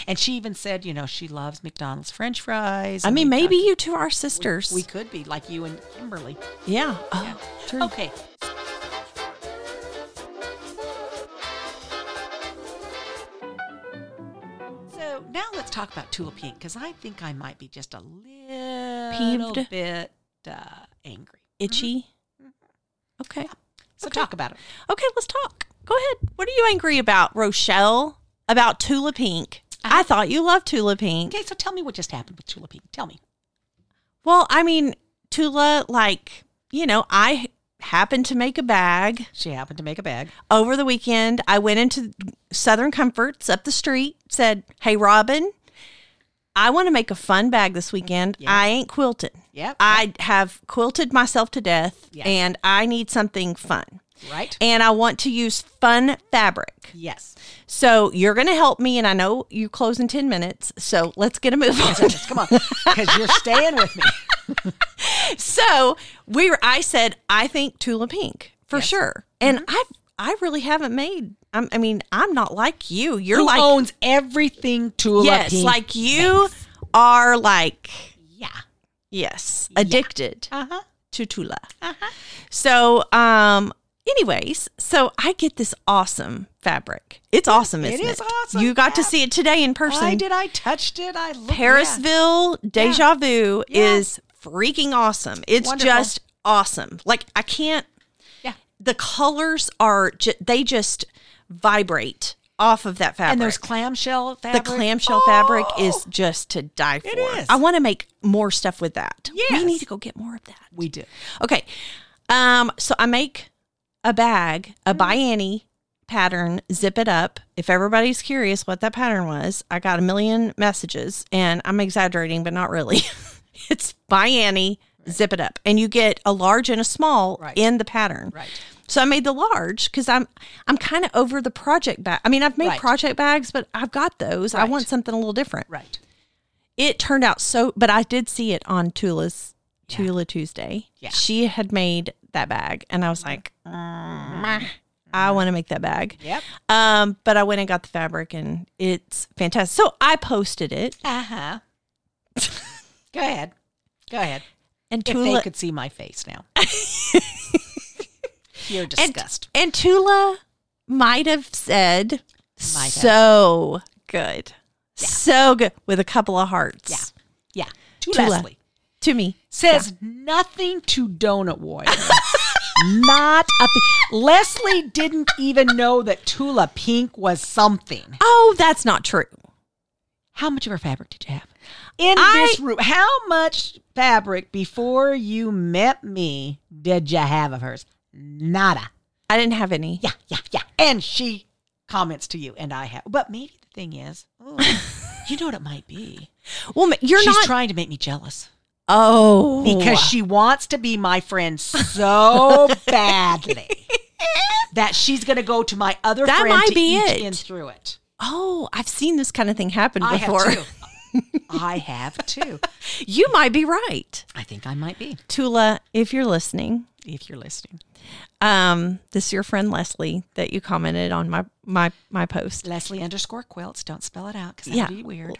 [SPEAKER 2] And she even said, you know, she loves McDonald's French fries.
[SPEAKER 1] I
[SPEAKER 2] and
[SPEAKER 1] mean,
[SPEAKER 2] we've
[SPEAKER 1] maybe
[SPEAKER 2] got-
[SPEAKER 1] you two are sisters.
[SPEAKER 2] we could be like you and Kimberly.
[SPEAKER 1] yeah. Oh, true.
[SPEAKER 2] Okay. Mm-hmm. So now let's talk about Tula Pink because I think I might be just a little
[SPEAKER 1] Peeved?
[SPEAKER 2] bit uh, angry.
[SPEAKER 1] Itchy. Okay.
[SPEAKER 2] So talk about it.
[SPEAKER 1] Okay, let's talk. Go ahead. What are you angry about, Rochelle? About Tula Pink?
[SPEAKER 2] Uh-huh.
[SPEAKER 1] I thought you loved Tula Pink.
[SPEAKER 2] Okay, so tell me what just happened with Tula Pink. Tell me.
[SPEAKER 1] Well, I mean, Tula, like, you know, I happened to make a bag
[SPEAKER 2] She happened to make a bag.
[SPEAKER 1] over the weekend. I went into Southern Comforts up the street, said, Hey, Robin, I want to make a fun bag this weekend.
[SPEAKER 2] Yeah.
[SPEAKER 1] I ain't quilted.
[SPEAKER 2] Yep.
[SPEAKER 1] I have quilted myself to death
[SPEAKER 2] Yes.
[SPEAKER 1] and I need something fun.
[SPEAKER 2] right.
[SPEAKER 1] And I want to use fun fabric.
[SPEAKER 2] yes.
[SPEAKER 1] So you're going to help me, and I know you close in 10 minutes. So let's get a move on.
[SPEAKER 2] Yes, Come on, because you're staying with me.
[SPEAKER 1] so we were, I said, I think Tula Pink for sure. And
[SPEAKER 2] Mm-hmm.
[SPEAKER 1] I've, I really haven't made, I'm, I mean, I'm not like you. You're
[SPEAKER 2] Who
[SPEAKER 1] like,
[SPEAKER 2] owns everything Tula
[SPEAKER 1] yes,
[SPEAKER 2] Pink?
[SPEAKER 1] like you are like,
[SPEAKER 2] yeah.
[SPEAKER 1] yes, addicted
[SPEAKER 2] Uh huh.
[SPEAKER 1] to Tula.
[SPEAKER 2] Uh huh.
[SPEAKER 1] So, um, anyways, so I get this awesome fabric. It's awesome,
[SPEAKER 2] it
[SPEAKER 1] isn't it?
[SPEAKER 2] is awesome
[SPEAKER 1] You got to
[SPEAKER 2] fab-
[SPEAKER 1] see it today in person.
[SPEAKER 2] Why did I touched it? I looked, yeah.
[SPEAKER 1] Parisville Deja Vu
[SPEAKER 2] Yeah.
[SPEAKER 1] is freaking awesome. It's
[SPEAKER 2] Wonderful.
[SPEAKER 1] just awesome. Like I can't.
[SPEAKER 2] Yeah.
[SPEAKER 1] The colors are ju- they just vibrate off of that fabric.
[SPEAKER 2] And those clamshell
[SPEAKER 1] the
[SPEAKER 2] fabric.
[SPEAKER 1] clamshell
[SPEAKER 2] Oh,
[SPEAKER 1] fabric is just to die for.
[SPEAKER 2] It is.
[SPEAKER 1] I want to make more stuff with that. We
[SPEAKER 2] Yes.
[SPEAKER 1] need to go get more of that.
[SPEAKER 2] We do.
[SPEAKER 1] Okay. Um, so I make a bag,
[SPEAKER 2] Mm-hmm.
[SPEAKER 1] a bianni pattern, zip it up. If everybody's curious what that pattern was, I got a million messages and I'm exaggerating, but not really. it's bianni, zip it up. And you get a large and a small
[SPEAKER 2] Right.
[SPEAKER 1] in the pattern.
[SPEAKER 2] Right.
[SPEAKER 1] So I made the large because I'm I'm kind of over the project bag. I mean, I've made
[SPEAKER 2] Right.
[SPEAKER 1] project bags, but I've got those. I
[SPEAKER 2] Right.
[SPEAKER 1] want something a little different.
[SPEAKER 2] Right.
[SPEAKER 1] It turned out so, but I did see it on Tula's Tula Tuesday.
[SPEAKER 2] Yeah.
[SPEAKER 1] she had made that bag, and I was like,
[SPEAKER 2] Mm-hmm.
[SPEAKER 1] "Meh, I want to make that bag.
[SPEAKER 2] Yep.
[SPEAKER 1] Um, but I went and got the fabric, and it's fantastic. So I posted it,
[SPEAKER 2] Uh huh. Go ahead. Go ahead.
[SPEAKER 1] and
[SPEAKER 2] If they
[SPEAKER 1] Tula
[SPEAKER 2] could see my face now. You're
[SPEAKER 1] and,
[SPEAKER 2] disgust.
[SPEAKER 1] and Tula might have said
[SPEAKER 2] have.
[SPEAKER 1] so good, so good with a couple of hearts.
[SPEAKER 2] Yeah. yeah. To
[SPEAKER 1] Tula.
[SPEAKER 2] Leslie.
[SPEAKER 1] to me.
[SPEAKER 2] Says nothing to Donut Warrior. Not a thing. Leslie didn't even know that Tula Pink was something.
[SPEAKER 1] Oh, that's not true.
[SPEAKER 2] How much of her fabric did you have? In
[SPEAKER 1] I-
[SPEAKER 2] this room, how much fabric before you met me did you have of hers? Nada.
[SPEAKER 1] I didn't have any.
[SPEAKER 2] yeah, yeah, yeah. And she comments to you, and I have. But maybe the thing is, ooh, you know what it might be.
[SPEAKER 1] Well, ma- you're
[SPEAKER 2] She's
[SPEAKER 1] not.
[SPEAKER 2] trying to make me jealous
[SPEAKER 1] oh,
[SPEAKER 2] because she wants to be my friend so badly that she's going to go to my other
[SPEAKER 1] That
[SPEAKER 2] friend
[SPEAKER 1] might
[SPEAKER 2] to
[SPEAKER 1] be
[SPEAKER 2] each
[SPEAKER 1] it.
[SPEAKER 2] in through it.
[SPEAKER 1] Oh, I've seen this kind of thing happen
[SPEAKER 2] I
[SPEAKER 1] before.
[SPEAKER 2] have too. I have too.
[SPEAKER 1] You might be right.
[SPEAKER 2] I think I might be
[SPEAKER 1] Tula, if you're listening,
[SPEAKER 2] if you're listening.
[SPEAKER 1] um, this is your friend Leslie that you commented on my my my post.
[SPEAKER 2] Leslie underscore quilts. Don't spell it out because that'd
[SPEAKER 1] Yeah.
[SPEAKER 2] be weird.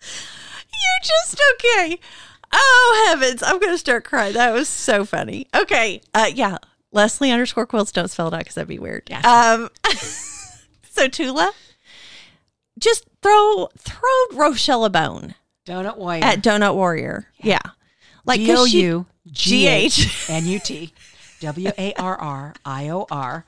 [SPEAKER 1] You're just okay. Oh heavens, I'm gonna start crying. That was so funny. Okay, uh, yeah, Leslie underscore quilts. Don't spell it out because that'd be weird.
[SPEAKER 2] Gotcha.
[SPEAKER 1] Um, so Tula, just throw throw Rochelle a bone
[SPEAKER 2] Donut Warrior.
[SPEAKER 1] at Donut Warrior. Yeah, like 'cause she-
[SPEAKER 2] D-O-U,
[SPEAKER 1] G-H.
[SPEAKER 2] N-U-T, W-A-R-R-I-O-R.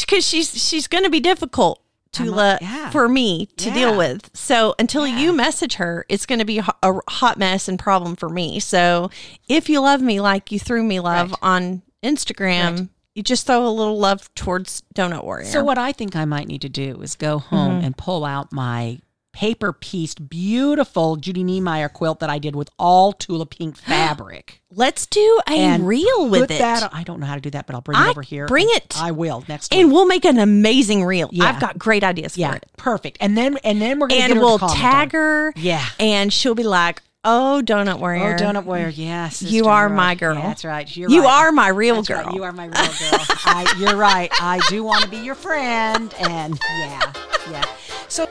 [SPEAKER 1] because she's she's going to be difficult Tula
[SPEAKER 2] yeah.
[SPEAKER 1] for me to deal
[SPEAKER 2] Yeah.
[SPEAKER 1] with. So until
[SPEAKER 2] Yeah.
[SPEAKER 1] you message her, it's going to be ho- a hot mess and problem for me. So if you love me like you threw me love
[SPEAKER 2] Right.
[SPEAKER 1] on Instagram, you just throw a little love towards Donut Warrior.
[SPEAKER 2] So what I think I might need to do is go home and pull out my paper pieced, beautiful Judy Niemeyer quilt that I did with all Tula Pink fabric.
[SPEAKER 1] let's do a
[SPEAKER 2] and
[SPEAKER 1] reel with
[SPEAKER 2] Put
[SPEAKER 1] it.
[SPEAKER 2] that on- I don't know how to do that, but I'll bring
[SPEAKER 1] I-
[SPEAKER 2] it over here.
[SPEAKER 1] bring
[SPEAKER 2] and
[SPEAKER 1] it.
[SPEAKER 2] I will next week.
[SPEAKER 1] and we'll make an amazing reel.
[SPEAKER 2] Yeah.
[SPEAKER 1] I've got great ideas for
[SPEAKER 2] yeah,
[SPEAKER 1] it.
[SPEAKER 2] perfect. And then and then we're gonna get her
[SPEAKER 1] And
[SPEAKER 2] to
[SPEAKER 1] we'll
[SPEAKER 2] comment
[SPEAKER 1] tag
[SPEAKER 2] on
[SPEAKER 1] her.
[SPEAKER 2] Yeah.
[SPEAKER 1] And she'll be like, oh, Donut
[SPEAKER 2] it.
[SPEAKER 1] Warrior.
[SPEAKER 2] Oh, donut warrior, yes,
[SPEAKER 1] You are my girl.
[SPEAKER 2] that's right. You're
[SPEAKER 1] You
[SPEAKER 2] right.
[SPEAKER 1] are my real
[SPEAKER 2] That's
[SPEAKER 1] girl.
[SPEAKER 2] right, You are my real girl. I, you're right. I do want to be your friend. And yeah, yeah. So,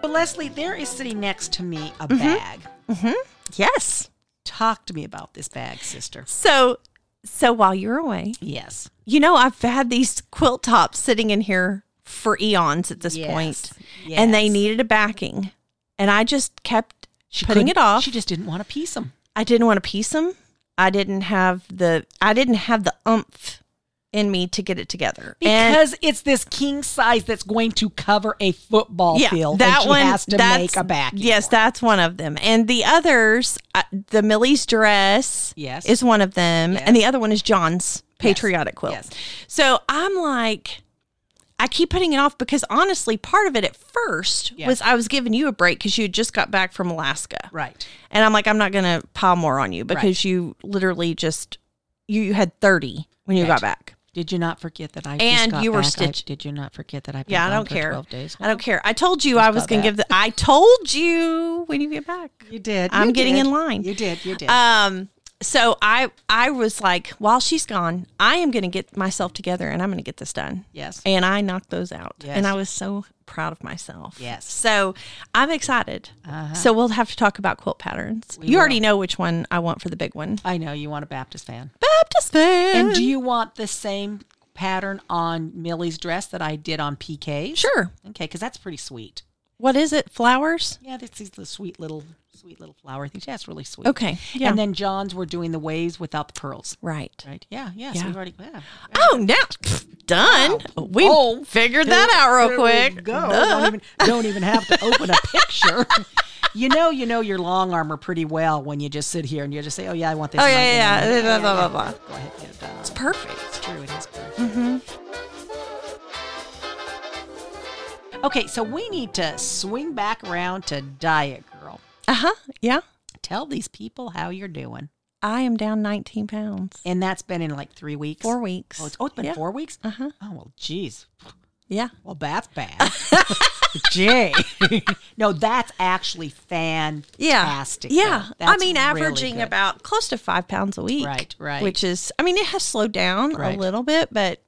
[SPEAKER 2] but Leslie, there is sitting next to me a bag.
[SPEAKER 1] yes.
[SPEAKER 2] Talk to me about this bag, sister.
[SPEAKER 1] So, so while you're away,
[SPEAKER 2] Yes.
[SPEAKER 1] you know I've had these quilt tops sitting in here for eons at this
[SPEAKER 2] Yes.
[SPEAKER 1] point, and they
[SPEAKER 2] Yes.
[SPEAKER 1] needed a backing, and I just kept
[SPEAKER 2] She
[SPEAKER 1] putting it
[SPEAKER 2] couldn't-
[SPEAKER 1] off.
[SPEAKER 2] She just didn't want to piece them.
[SPEAKER 1] I didn't want to piece them. I didn't have the I didn't have the umph in me to get it together. And-
[SPEAKER 2] Because it's this king size that's going to cover a football field. and she has to
[SPEAKER 1] that's-
[SPEAKER 2] make a back.
[SPEAKER 1] Yes, that's one of them. And the others, uh, the Millie's dress,
[SPEAKER 2] Yes.
[SPEAKER 1] is one of them,
[SPEAKER 2] Yes.
[SPEAKER 1] and the other one is John's patriotic quilt.
[SPEAKER 2] Yes.
[SPEAKER 1] So I'm like, I keep putting it off because honestly, part of it at first
[SPEAKER 2] Yeah.
[SPEAKER 1] was I was giving you a break because you had just got back from Alaska,
[SPEAKER 2] Right.
[SPEAKER 1] and I'm like, I'm not going to pile more on you because
[SPEAKER 2] Right.
[SPEAKER 1] you literally just you, you had 30 when you
[SPEAKER 2] Right.
[SPEAKER 1] got back.
[SPEAKER 2] Did you not forget that I
[SPEAKER 1] And
[SPEAKER 2] just got
[SPEAKER 1] you were
[SPEAKER 2] back? I-
[SPEAKER 1] stitch-
[SPEAKER 2] did you not forget that I've been
[SPEAKER 1] Yeah, I
[SPEAKER 2] gone
[SPEAKER 1] don't
[SPEAKER 2] for
[SPEAKER 1] care.
[SPEAKER 2] Twelve days.
[SPEAKER 1] I don't care. I told you I was
[SPEAKER 2] about
[SPEAKER 1] going to give
[SPEAKER 2] that.
[SPEAKER 1] the. I told you when you get back.
[SPEAKER 2] You did.
[SPEAKER 1] I'm
[SPEAKER 2] You
[SPEAKER 1] getting
[SPEAKER 2] did.
[SPEAKER 1] in line.
[SPEAKER 2] You did. You did.
[SPEAKER 1] Um, so I I was like, while she's gone, I am going to get myself together and I'm going to get this done.
[SPEAKER 2] yes.
[SPEAKER 1] And I knocked those out,
[SPEAKER 2] Yes.
[SPEAKER 1] and I was so proud of myself.
[SPEAKER 2] Yes. Uh-huh.
[SPEAKER 1] So I'm excited. So we'll have to talk about quilt patterns. you already know which one I want for the big one.
[SPEAKER 2] I know you want a Baptist fan.
[SPEAKER 1] Baptist fan.
[SPEAKER 2] And do you want the same pattern on Millie's dress that I did on PK's?
[SPEAKER 1] Sure.
[SPEAKER 2] Okay, because that's pretty sweet.
[SPEAKER 1] What is it? Flowers?
[SPEAKER 2] Yeah, that's these little sweet little sweet little flower things. Yeah, it's really sweet.
[SPEAKER 1] Okay. Yeah.
[SPEAKER 2] And then John's were doing the waves without the pearls.
[SPEAKER 1] right.
[SPEAKER 2] Right. Yeah. Yeah. So
[SPEAKER 1] Yeah.
[SPEAKER 2] we've already. Yeah.
[SPEAKER 1] Oh, now pff, done. We figured that out real
[SPEAKER 2] Oh, There
[SPEAKER 1] quick.
[SPEAKER 2] We go.
[SPEAKER 1] Duh.
[SPEAKER 2] Don't even, don't even have to open a picture. you know, you know your long arm are pretty well when you just sit here and you just say, "Oh yeah, I want this."
[SPEAKER 1] Oh
[SPEAKER 2] and I-
[SPEAKER 1] yeah, yeah,
[SPEAKER 2] and I-
[SPEAKER 1] yeah. Blah, blah, blah, blah.
[SPEAKER 2] Go ahead, get it done.
[SPEAKER 1] It's perfect.
[SPEAKER 2] True, it is perfect.
[SPEAKER 1] Mm-hmm.
[SPEAKER 2] Okay, so we need to swing back around to Diet Girl.
[SPEAKER 1] Uh huh. Yeah.
[SPEAKER 2] Tell these people how you're doing,
[SPEAKER 1] I am down 19 pounds.
[SPEAKER 2] and that's been in like three weeks.
[SPEAKER 1] Four weeks.
[SPEAKER 2] Oh, it's, oh, it's been
[SPEAKER 1] yeah.
[SPEAKER 2] four weeks.
[SPEAKER 1] Uh huh.
[SPEAKER 2] Oh well, geez.
[SPEAKER 1] Yeah.
[SPEAKER 2] Well, that's bad. Jay. no, that's actually fantastic.
[SPEAKER 1] Yeah. Yeah.
[SPEAKER 2] That's
[SPEAKER 1] I mean,
[SPEAKER 2] really
[SPEAKER 1] averaging
[SPEAKER 2] good.
[SPEAKER 1] about close to five pounds a week.
[SPEAKER 2] Right, right.
[SPEAKER 1] Which is, I mean, it has slowed down
[SPEAKER 2] Right.
[SPEAKER 1] a little bit, but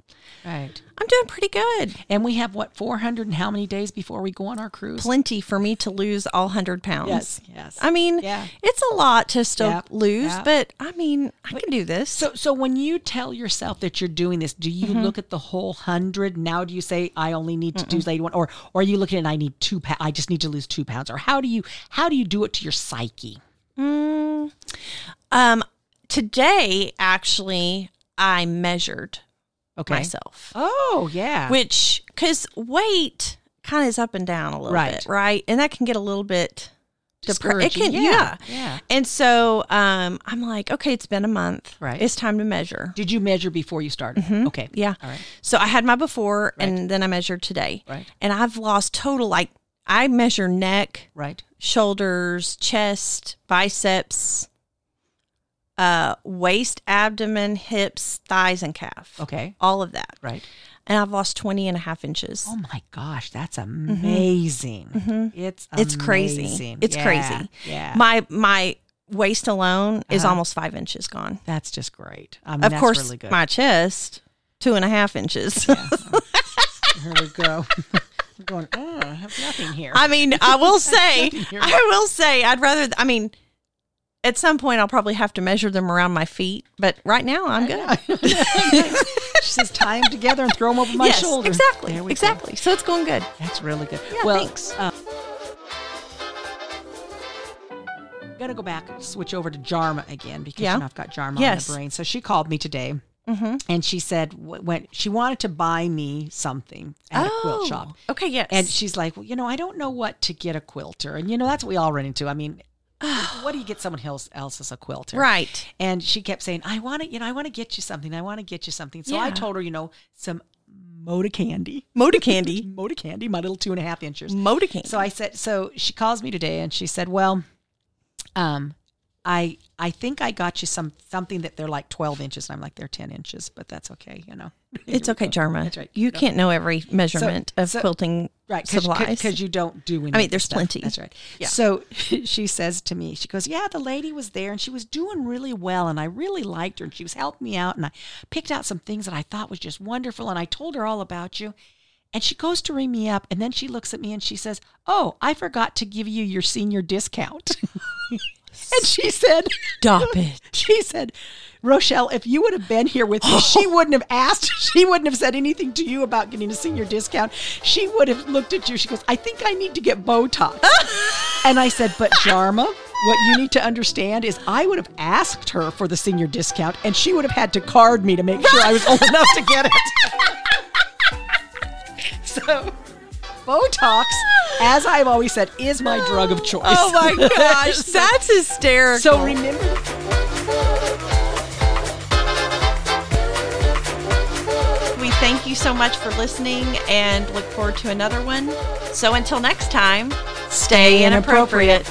[SPEAKER 2] right.
[SPEAKER 1] I'm doing pretty good.
[SPEAKER 2] And we have what 400 and how many days before we go on our cruise?
[SPEAKER 1] Plenty for me to lose all 100 pounds.
[SPEAKER 2] Yes, yes.
[SPEAKER 1] I mean,
[SPEAKER 2] Yeah.
[SPEAKER 1] it's a lot to still
[SPEAKER 2] Yep,
[SPEAKER 1] lose,
[SPEAKER 2] yep.
[SPEAKER 1] but I mean, I can do this.
[SPEAKER 2] so, so when you tell yourself that you're doing this, do you
[SPEAKER 1] Mm-hmm.
[SPEAKER 2] look at the whole hundred? Now, do you say I only need to do eighty-one, or or are you looking at I need two pounds? I just need to lose two pounds, or how do you how do you do it to your psyche?
[SPEAKER 1] Mm, um, today, actually, I measured
[SPEAKER 2] Okay.
[SPEAKER 1] myself,
[SPEAKER 2] Oh yeah.
[SPEAKER 1] which, because weight kind of is up and down a little
[SPEAKER 2] Right.
[SPEAKER 1] bit, right? And that can get a little bit depre- it can,
[SPEAKER 2] Discouraging.
[SPEAKER 1] yeah.
[SPEAKER 2] Yeah.
[SPEAKER 1] And so um, I'm like, okay, it's been a month.
[SPEAKER 2] Right.
[SPEAKER 1] It's time to measure.
[SPEAKER 2] Did you measure before you started?
[SPEAKER 1] Mm-hmm.
[SPEAKER 2] Okay.
[SPEAKER 1] Yeah.
[SPEAKER 2] All right.
[SPEAKER 1] So I had my before and then I measured today.
[SPEAKER 2] Right.
[SPEAKER 1] And I've lost total, like, I measure neck,
[SPEAKER 2] Right.
[SPEAKER 1] shoulders, chest, biceps, uh, waist, abdomen, hips, thighs, and calf.
[SPEAKER 2] Okay.
[SPEAKER 1] All of that.
[SPEAKER 2] Right.
[SPEAKER 1] And I've lost 20 and a half inches.
[SPEAKER 2] Oh my gosh, that's amazing. Mm-hmm. It's
[SPEAKER 1] it's crazy.
[SPEAKER 2] amazing.
[SPEAKER 1] It's
[SPEAKER 2] Yeah,
[SPEAKER 1] crazy.
[SPEAKER 2] Yeah.
[SPEAKER 1] My, my waist alone is
[SPEAKER 2] Uh-huh.
[SPEAKER 1] almost five inches gone.
[SPEAKER 2] that's just great. I mean,
[SPEAKER 1] of
[SPEAKER 2] that's
[SPEAKER 1] course,
[SPEAKER 2] really good.
[SPEAKER 1] my chest, two and a half inches.
[SPEAKER 2] Here we go. I'm going, oh, I have nothing here.
[SPEAKER 1] I mean, I will say,
[SPEAKER 2] You're
[SPEAKER 1] I will say, I'd rather, I mean, at some point I'll probably have to measure them around my feet, but right now
[SPEAKER 2] Uh,
[SPEAKER 1] I'm good.
[SPEAKER 2] she says, tie them together and throw them over my
[SPEAKER 1] yes,
[SPEAKER 2] shoulder.
[SPEAKER 1] exactly,
[SPEAKER 2] There we go.
[SPEAKER 1] exactly. So it's going good.
[SPEAKER 2] That's really good.
[SPEAKER 1] Yeah,
[SPEAKER 2] well,
[SPEAKER 1] thanks.
[SPEAKER 2] uh, I'm gonna go back, switch over to Jarma again because
[SPEAKER 1] Yeah.
[SPEAKER 2] you know, I've got Jarma
[SPEAKER 1] Yes. Mm-hmm.
[SPEAKER 2] on the brain. So she called me today, and she said wh- when she wanted to buy me something at a quilt shop,
[SPEAKER 1] Oh, Okay, yes.
[SPEAKER 2] and she's like, well, you know, I don't know what to get a quilter, and you know that's what we all run into. I mean, what do you get someone else else as a quilter?
[SPEAKER 1] right.
[SPEAKER 2] And she kept saying, I want to, you know, I want to get you something. I want to get you something. So I
[SPEAKER 1] Yeah.
[SPEAKER 2] told her, you know, some Moda candy,
[SPEAKER 1] Moda candy.
[SPEAKER 2] Moda candy, my little two and a half inchers.
[SPEAKER 1] Moda candy.
[SPEAKER 2] So I said, so she calls me today and she said, well, um, I I think I got you some something that they're like twelve inches, and I'm like they're ten inches, but that's okay, you know.
[SPEAKER 1] it's okay, Jarma.
[SPEAKER 2] That's right.
[SPEAKER 1] You can't know every measurement of
[SPEAKER 2] so-
[SPEAKER 1] quilting
[SPEAKER 2] Right,
[SPEAKER 1] supplies.
[SPEAKER 2] because you don't do any.
[SPEAKER 1] mean,
[SPEAKER 2] of this
[SPEAKER 1] there's
[SPEAKER 2] stuff.
[SPEAKER 1] plenty.
[SPEAKER 2] That's right.
[SPEAKER 1] Yeah.
[SPEAKER 2] So she says to me, she goes, "Yeah, the lady was there, and she was doing really well, and I really liked her, and she was helping me out, and I picked out some things that I thought was just wonderful, and I told her all about you." And she goes to ring me up, and then she looks at me and she says, "Oh, I forgot to give you your senior discount." and she said,
[SPEAKER 1] Stop it.
[SPEAKER 2] she said, Rochelle, if you would have been here with me, she wouldn't have asked. She wouldn't have said anything to you about getting a senior discount. She would have looked at you. She goes, I think I need to get Botox. and I said, But Jarma, what you need to understand is I would have asked her for the senior discount and she would have had to card me to make sure I was old enough to get it. so. Botox, as I've always said, is my drug of choice.
[SPEAKER 1] Oh my gosh, that's hysterical.
[SPEAKER 2] So remember
[SPEAKER 1] We thank you so much for listening and look forward to another one. So until next time, stay inappropriate.